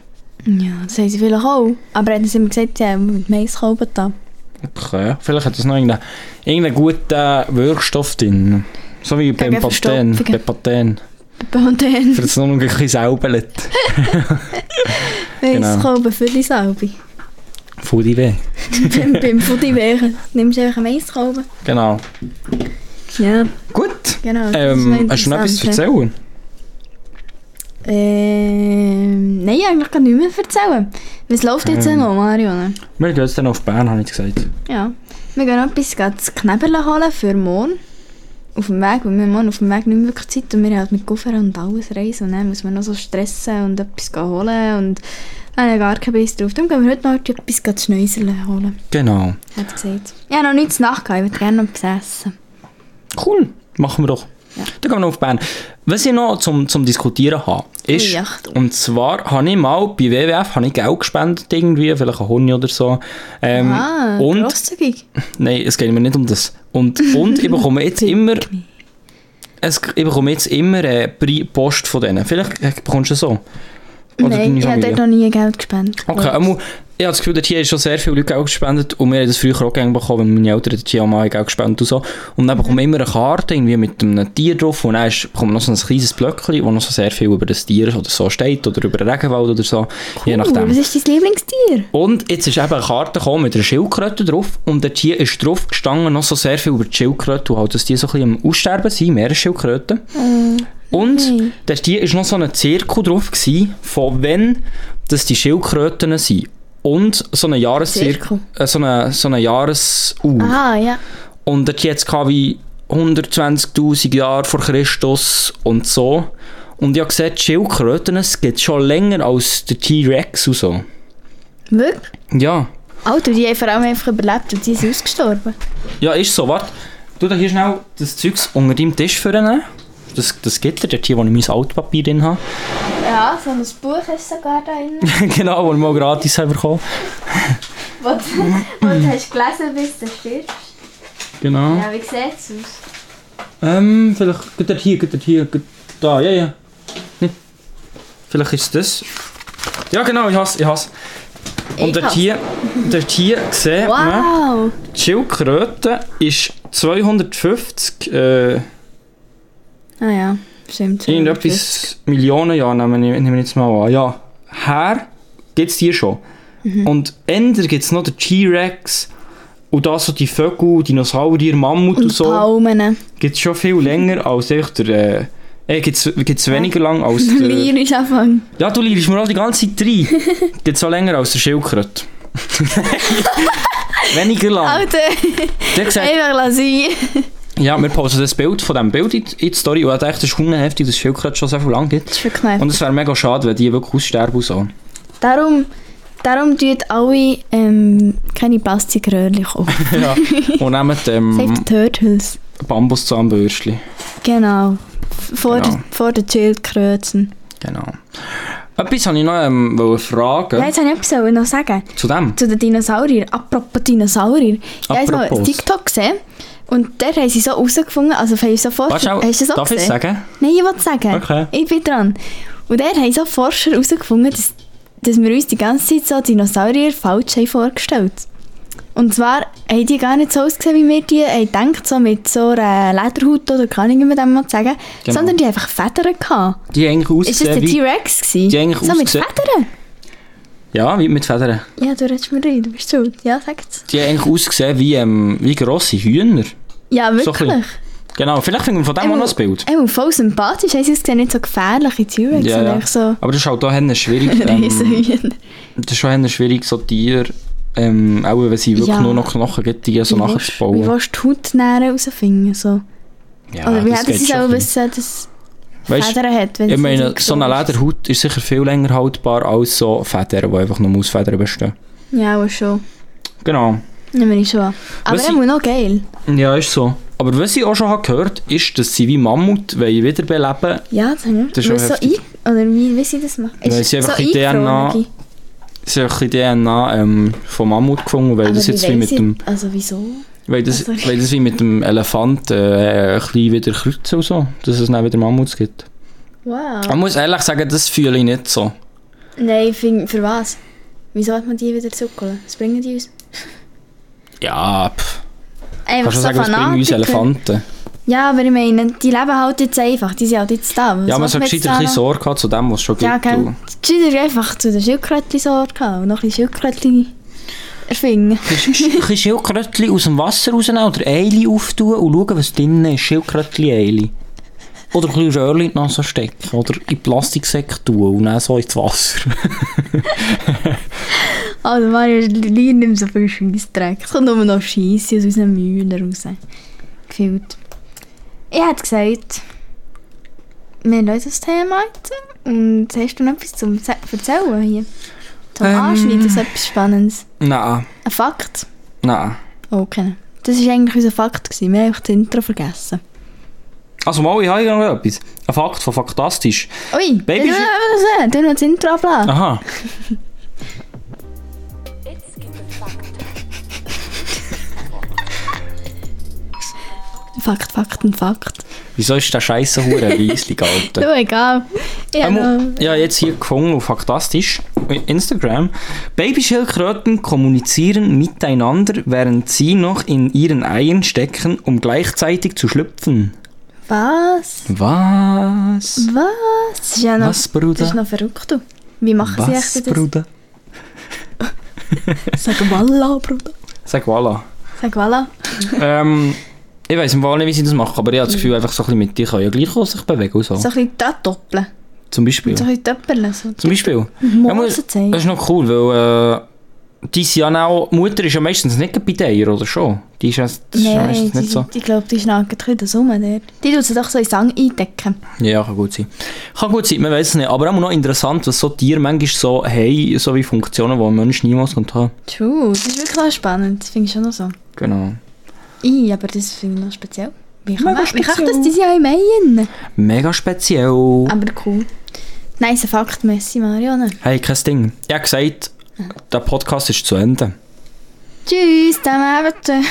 [SPEAKER 3] Ja, das haben sie vielleicht auch. Aber haben sie immer gesagt, sie haben mit Maiskolben da.
[SPEAKER 2] Okay. Vielleicht hat das noch irgendeinen irgendein guten Wirkstoff drin. So wie beim
[SPEAKER 3] Gegen
[SPEAKER 2] Paten.
[SPEAKER 3] Verstopfungen.
[SPEAKER 2] Bei Paten.
[SPEAKER 3] Und
[SPEAKER 2] Für
[SPEAKER 3] dann
[SPEAKER 2] das nur noch ein bisschen saubelt.
[SPEAKER 3] Maiskolben für die Salbe.
[SPEAKER 2] Voll die weh.
[SPEAKER 3] beim beim Fudi wäre, nimmst du einfach einen Maiskolben.
[SPEAKER 2] Genau.
[SPEAKER 3] Ja,
[SPEAKER 2] Gut.
[SPEAKER 3] genau. das ist
[SPEAKER 2] Ähm, hast du noch etwas zu
[SPEAKER 3] interessant, ja.
[SPEAKER 2] erzählen?
[SPEAKER 3] Ähm, nein, eigentlich kann ich nicht mehr erzählen. Was läuft jetzt
[SPEAKER 2] Ähm.
[SPEAKER 3] noch, Marion?
[SPEAKER 2] Wir gehen jetzt dann auf Bern, habe ich gesagt.
[SPEAKER 3] Ja. Wir gehen noch etwas gerade zu Knäberle holen für morgen. Auf dem Weg, weil wir morgen auf dem Weg nicht mehr wirklich Zeit und wir haben halt mit Koffer und alles reisen und dann muss man noch so stressen und etwas gehen holen und dann habe gar keinen Biss drauf. Darum gehen wir heute noch etwas gerade zu Schnäuseln holen,
[SPEAKER 2] Genau.
[SPEAKER 3] hat er gesagt. Ich habe noch nichts nachgegangen, ich würde gerne noch etwas essen.
[SPEAKER 2] Cool. Machen wir doch.
[SPEAKER 3] Ja.
[SPEAKER 2] Dann gehen wir noch auf Bern. Was ich noch zum, zum Diskutieren habe, ist,
[SPEAKER 3] Ui, Achtung.
[SPEAKER 2] und zwar habe ich mal bei WWF habe ich Geld gespendet, irgendwie, vielleicht ein Huni oder so. Ähm,
[SPEAKER 3] ah,
[SPEAKER 2] und
[SPEAKER 3] grosszügig.
[SPEAKER 2] Nein, es geht mir nicht um das. Und, und ich bekomme jetzt immer. Es, ich bekomme jetzt immer äh, Pri- Post von denen. Vielleicht äh, bekommst du es so. Oder
[SPEAKER 3] Nein,
[SPEAKER 2] deine
[SPEAKER 3] ich habe
[SPEAKER 2] Familie.
[SPEAKER 3] dort noch nie Geld gespendet.
[SPEAKER 2] Okay, einmal, ich habe das Gefühl, dort hier haben schon sehr viele Leute Geld gespendet und wir haben das früher auch gerne bekommen, weil meine Eltern dort hier auch mal Geld gespendet und so. Und
[SPEAKER 3] Mhm.
[SPEAKER 2] dann bekomme ich immer eine Karte irgendwie mit einem Tier drauf und dann ist- bekomme ich noch so ein kleines Blöckchen, wo noch so sehr viel über das Tier oder so steht oder über den Regenwald oder so, je nachdem.
[SPEAKER 3] Uh, was ist dein Lieblingstier?
[SPEAKER 2] Und jetzt ist eben eine Karte gekommen mit einer Schildkröte drauf und dort hier ist drauf gestanden noch so sehr viel über die Schildkröte und halt, dass die so ein bisschen am Aussterben sind, mehrere Schildkröten. und
[SPEAKER 3] nein.
[SPEAKER 2] dort hier ist noch so ein Zirkel drauf gewesen, von wenn das die Schildkröten sind. Und so eine Jahreszirkel,
[SPEAKER 3] Zirkel? Ah.
[SPEAKER 2] äh, so eine, so eine Jahresuhr.
[SPEAKER 3] Aha, ja.
[SPEAKER 2] Und dort jetzt gehabt wie 120.000 Jahre vor Christus und so. Und ich habe gesehen, die Schildkröten, es gibt schon länger als der T-Rex und so.
[SPEAKER 3] Wirklich?
[SPEAKER 2] Ja.
[SPEAKER 3] Alter, die haben vor allem einfach überlebt und die sind ausgestorben.
[SPEAKER 2] Ja, ist so, warte. Du da hier schnell das Zeugs unter deinem Tisch vorne. Das, das Gitter, dort hier, wo ich mein Altpapier drin habe.
[SPEAKER 3] Ja, so ein Buch ist sogar da drin,
[SPEAKER 2] genau, wo ich mal gratis habe bekommen.
[SPEAKER 3] wo du, wo du hast gelesen bist, du stirbst.
[SPEAKER 2] Genau.
[SPEAKER 3] Ja, wie sieht es aus?
[SPEAKER 2] Ähm, vielleicht geht er hier, geht er hier, geht da, ja, ja. Nee. Vielleicht ist das. Ja, genau, ich hasse, ich hasse. Und ne?
[SPEAKER 3] Ich
[SPEAKER 2] dort
[SPEAKER 3] hasse.
[SPEAKER 2] hier, dort hier sieht man,
[SPEAKER 3] Wow!
[SPEAKER 2] die Schildkröte ist 250, äh,
[SPEAKER 3] Ah ja, stimmt.
[SPEAKER 2] irgendetwas Millionen Jahre, nehme ich, nehme ich jetzt mal an. Ja, her gibt es die schon. Und änder gibt es noch den T-Rex und da so die Vögel, Dinosaurier, Mammut und,
[SPEAKER 3] Und
[SPEAKER 2] so. Äh.
[SPEAKER 3] Palmen.
[SPEAKER 2] gibt es schon viel länger als echt der. Äh, äh, gibt es weniger lang als der.
[SPEAKER 3] Lyrisch anfangen.
[SPEAKER 2] Ja, du liegst mir auch die ganze Zeit rein. Gibt es auch länger als der Schildkröte. weniger lang.
[SPEAKER 3] Alter,
[SPEAKER 2] Der hat gesagt,
[SPEAKER 3] einfach lass ihn.
[SPEAKER 2] ja, wir posten das Bild von diesem Bild in die- in die Story und ich dachte, das ist heftig, dass Schildkröte schon so viel lang gibt.
[SPEAKER 3] Das ist wirklich nervig.
[SPEAKER 2] Und es wäre mega schade, wenn die wirklich aussterben und so.
[SPEAKER 3] Darum, darum tun alle ähm, keine Plastikröhrchen kaufen.
[SPEAKER 2] ja. Und nehmen
[SPEAKER 3] Save
[SPEAKER 2] ähm,
[SPEAKER 3] the Turtles.
[SPEAKER 2] Bambuszahnbürstchen.
[SPEAKER 3] Genau. Vor,
[SPEAKER 2] Genau.
[SPEAKER 3] Der, vor den Schildkröten.
[SPEAKER 2] Genau. Etwas wollte ich noch ähm, wollte fragen.
[SPEAKER 3] Ja, jetzt wollte ich etwas wollen noch sagen.
[SPEAKER 2] Zu dem.
[SPEAKER 3] Zu den Dinosauriern. Apropos Dinosaurier. Ich habe mal ein
[SPEAKER 2] Apropos.
[SPEAKER 3] TikTok gesehen. Und der haben sie so herausgefunden, also haben sie so
[SPEAKER 2] Warte,
[SPEAKER 3] Forscher...
[SPEAKER 2] schnell,
[SPEAKER 3] Hast du das auch
[SPEAKER 2] darf ich
[SPEAKER 3] gesehen?
[SPEAKER 2] es sagen?
[SPEAKER 3] Nein, ich wollte sagen.
[SPEAKER 2] Okay.
[SPEAKER 3] Ich bin dran. Und der haben so Forscher herausgefunden, dass, dass wir uns die ganze Zeit so Dinosaurier falsch haben vorgestellt Und zwar haben die gar nicht so ausgesehen, wie wir die haben gedacht, so mit so einer Lederhaut oder kann ich nicht mehr dem mal sagen,
[SPEAKER 2] Genau.
[SPEAKER 3] sondern die haben einfach Federn gehabt.
[SPEAKER 2] Die eigentlich
[SPEAKER 3] Ist das
[SPEAKER 2] ausgesehen
[SPEAKER 3] der
[SPEAKER 2] wie...
[SPEAKER 3] T-Rex gewesen?
[SPEAKER 2] die eigentlich
[SPEAKER 3] so mit
[SPEAKER 2] ausgesehen-
[SPEAKER 3] Federn?
[SPEAKER 2] Ja, wie mit Federn.
[SPEAKER 3] Ja, du redest mir rein, du bist schuld. Ja, sagt's.
[SPEAKER 2] Die haben eigentlich ausgesehen wie, ähm, wie grosse Hühner.
[SPEAKER 3] Ja,
[SPEAKER 2] So ein
[SPEAKER 3] wirklich.
[SPEAKER 2] Genau, vielleicht finden wir von dem auch noch ein Bild.
[SPEAKER 3] Ey, und voll sympathisch, haben sie ausgesehen, nicht so gefährlich in T-Rex,
[SPEAKER 2] Ja,
[SPEAKER 3] sondern
[SPEAKER 2] ja.
[SPEAKER 3] einfach Ähm, so
[SPEAKER 2] Aber das ist halt auch eher schwierig. Ähm,
[SPEAKER 3] Riesenhühner.
[SPEAKER 2] das ist schon eher schwierig, so Tiere, ähm, auch wenn sie wirklich
[SPEAKER 3] Ja.
[SPEAKER 2] nur noch Knochen gibt, die so
[SPEAKER 3] Wie willst- Wie
[SPEAKER 2] nachzubauen.
[SPEAKER 3] willst du die Haut näher herausfinden? So.
[SPEAKER 2] Ja,
[SPEAKER 3] Oder wie
[SPEAKER 2] das
[SPEAKER 3] hätten
[SPEAKER 2] geht
[SPEAKER 3] sie
[SPEAKER 2] schon
[SPEAKER 3] auch
[SPEAKER 2] ein
[SPEAKER 3] wissen, dass es
[SPEAKER 2] bisschen. Weisst,
[SPEAKER 3] Federn hat? Wenn
[SPEAKER 2] ich
[SPEAKER 3] sie
[SPEAKER 2] meine,
[SPEAKER 3] nicht
[SPEAKER 2] so eine
[SPEAKER 3] groß ist?
[SPEAKER 2] Lederhaut ist sicher viel länger haltbar als so Federn, die einfach nur aus Federn bestehen.
[SPEAKER 3] Ja, aber schon.
[SPEAKER 2] Genau.
[SPEAKER 3] Nehmen wir schon an. Aber
[SPEAKER 2] Was
[SPEAKER 3] er
[SPEAKER 2] ich-
[SPEAKER 3] muss noch geil.
[SPEAKER 2] Ja, ist so. Aber was ich auch schon habe gehört habe, ist, dass sie wie Mammut wollen wiederbeleben wollen.
[SPEAKER 3] Ja, das haben wir.
[SPEAKER 2] Das ist schon
[SPEAKER 3] Weil so
[SPEAKER 2] heftig.
[SPEAKER 3] ein, Oder wie, dus wie sie das machen?
[SPEAKER 2] Weil sie einfach in DNA
[SPEAKER 3] eingefroren,
[SPEAKER 2] Sie haben ein bisschen DNA ähm, von Mammut gefunden, weil
[SPEAKER 3] aber
[SPEAKER 2] das jetzt wie
[SPEAKER 3] weiss
[SPEAKER 2] mit
[SPEAKER 3] ich-
[SPEAKER 2] dem...
[SPEAKER 3] Also Ah, wieso?
[SPEAKER 2] Weil das,
[SPEAKER 3] Also-
[SPEAKER 2] weil das wie mit dem Elefant äh, ein bisschen wieder kreuzen und so, dass es dann wieder Mammuts gibt.
[SPEAKER 3] Wow.
[SPEAKER 2] Ich muss ehrlich sagen, das fühle ich nicht so.
[SPEAKER 3] Nein, für, für was? Wieso hat man die wieder zurückgeholt? Was bringen die uns?
[SPEAKER 2] Ja, pff.
[SPEAKER 3] Einfach
[SPEAKER 2] Kannst du sagen, was bringen
[SPEAKER 3] ah,
[SPEAKER 2] uns Elefanten?
[SPEAKER 3] Ja, aber ich meine, die leben halt jetzt einfach. Die sind halt jetzt da. Was
[SPEAKER 2] Ja, man
[SPEAKER 3] macht
[SPEAKER 2] sollte
[SPEAKER 3] jetzt
[SPEAKER 2] gescheiter
[SPEAKER 3] da
[SPEAKER 2] ein bisschen
[SPEAKER 3] noch?
[SPEAKER 2] Sorge haben zu dem, was es schon gibt.
[SPEAKER 3] Ja,
[SPEAKER 2] und-
[SPEAKER 3] gell. Gescheiter einfach zu den Schildkrötchen Sorge haben und noch ein bisschen Schildkrötchen erfinden.
[SPEAKER 2] Ein bisschen Schildkrötchen aus dem Wasser rausnehmen oder Eile auftun und schauen, was drin ist. Schildkrötchen-Eile. Oder ein bisschen Röhrchen in die Nase stecken. Oder in den Plastiksack tun und dann so ins Wasser.
[SPEAKER 3] Also Mario, Lier nimmt so viel Scheissdreck. Es kommt nur noch Scheisse aus unseren Mühlen raus. Gefühlt. Ich hätte gesagt, wir lassen das Thema jetzt. Und hast du noch etwas zum Ze- erzählen hier? Zum
[SPEAKER 2] Ähm.
[SPEAKER 3] Anschneiden, das ist etwas Spannendes.
[SPEAKER 2] nein,
[SPEAKER 3] Ein Fakt?
[SPEAKER 2] nein.
[SPEAKER 3] Oh, okay. Das war eigentlich unser Fakt. gewesen. Wir haben einfach das Intro vergessen.
[SPEAKER 2] Also mal, ich habe noch etwas. Ein Fakt von Faktastisch.
[SPEAKER 3] Ui,
[SPEAKER 2] Baby-
[SPEAKER 3] du noch das, das Intro abladen.
[SPEAKER 2] Aha.
[SPEAKER 1] Jetzt gibt es Fakten.
[SPEAKER 2] Ah.
[SPEAKER 3] Fakt, Fakten, Fakt.
[SPEAKER 2] Wieso ist der scheisse Hure Riesling,
[SPEAKER 3] Du,
[SPEAKER 2] Alter?
[SPEAKER 3] egal. Ich hab
[SPEAKER 2] Ähm,
[SPEAKER 3] noch-
[SPEAKER 2] ja, jetzt hier gefunden auf Faktastisch, Instagram. Babyschildkröten kommunizieren miteinander, während sie noch in ihren Eiern stecken, um gleichzeitig zu schlüpfen.
[SPEAKER 3] Was?
[SPEAKER 2] Was?
[SPEAKER 3] Was? Das ist ja noch,
[SPEAKER 2] Was, Bruder?
[SPEAKER 3] Das ist noch verrückt. du. Wie machen sie
[SPEAKER 2] Was,
[SPEAKER 3] echt das?
[SPEAKER 2] Bruder?
[SPEAKER 3] Sag Walla, Bruder.
[SPEAKER 2] Sag voilà.
[SPEAKER 3] Sag Walla.
[SPEAKER 2] ähm, ich weiß im Fall nicht, wie sie das machen, aber ich habe das Gefühl, einfach so ein bisschen mit dir kann ja gleich auch sich bewegen und so.
[SPEAKER 3] Mhm. So ein bisschen da doppeln.
[SPEAKER 2] Zum Beispiel.
[SPEAKER 3] So ein bisschen doppeln. So.
[SPEAKER 2] Zum Beispiel. Ja, muss-
[SPEAKER 3] Mose zeigen.
[SPEAKER 2] das ist noch cool, weil äh, die sind ja auch, Mutter ist ja meistens nicht bei dir, oder schon? Die ist ja, das ist ja
[SPEAKER 3] Nein,
[SPEAKER 2] meistens
[SPEAKER 3] die,
[SPEAKER 2] nicht so.
[SPEAKER 3] die glaubt, die schnacken ein bisschen rum. dort. Die tut sie doch so in den Sang eindecken.
[SPEAKER 2] Ja, kann gut sein. Kann gut sein, man weiß es nicht. Aber auch noch interessant, was so Tiere manchmal so haben, so wie Funktionen, die ein Mensch niemals kann haben
[SPEAKER 3] True, das ist wirklich noch spannend. Das finde ich schon noch so.
[SPEAKER 2] Genau.
[SPEAKER 3] I, aber das finde ich noch speziell. Wie kann,
[SPEAKER 4] Mega
[SPEAKER 3] man, wie kann ich das
[SPEAKER 4] speziell.
[SPEAKER 3] dieses Jahr im Mai hin?
[SPEAKER 2] Mega speziell.
[SPEAKER 3] Aber cool. Nice Fakt, Messi Marianne.
[SPEAKER 2] Hey, kein Ding. Ich habe gesagt, der Podcast ist zu Ende.
[SPEAKER 3] Tschüss, dann Abend.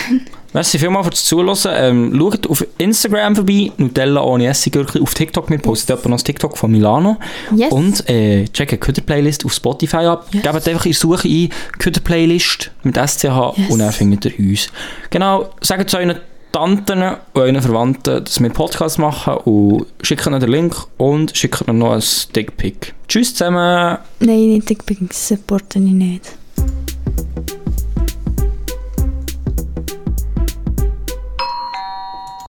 [SPEAKER 2] Merci vielmals fürs Zuhören. Ähm, schaut auf Instagram vorbei, Nutella ohne Essiggürkli, auf TikTok. Wir posten etwa noch das TikTok von Milano.
[SPEAKER 3] Yes.
[SPEAKER 2] Und äh, checkt die Playlist auf Spotify ab.
[SPEAKER 3] Yes.
[SPEAKER 2] Gebt einfach in die Suche ein, Köder Playlist mit SCH
[SPEAKER 3] Yes.
[SPEAKER 2] und dann findet ihr uns. Genau, sagt zu euren Tanten und euren Verwandten, dass wir Podcast machen und schickt ihnen den Link und schickt ihnen noch ein Dickpick. Tschüss zusammen!
[SPEAKER 3] Nein, nicht, ich bin supporten ich nicht.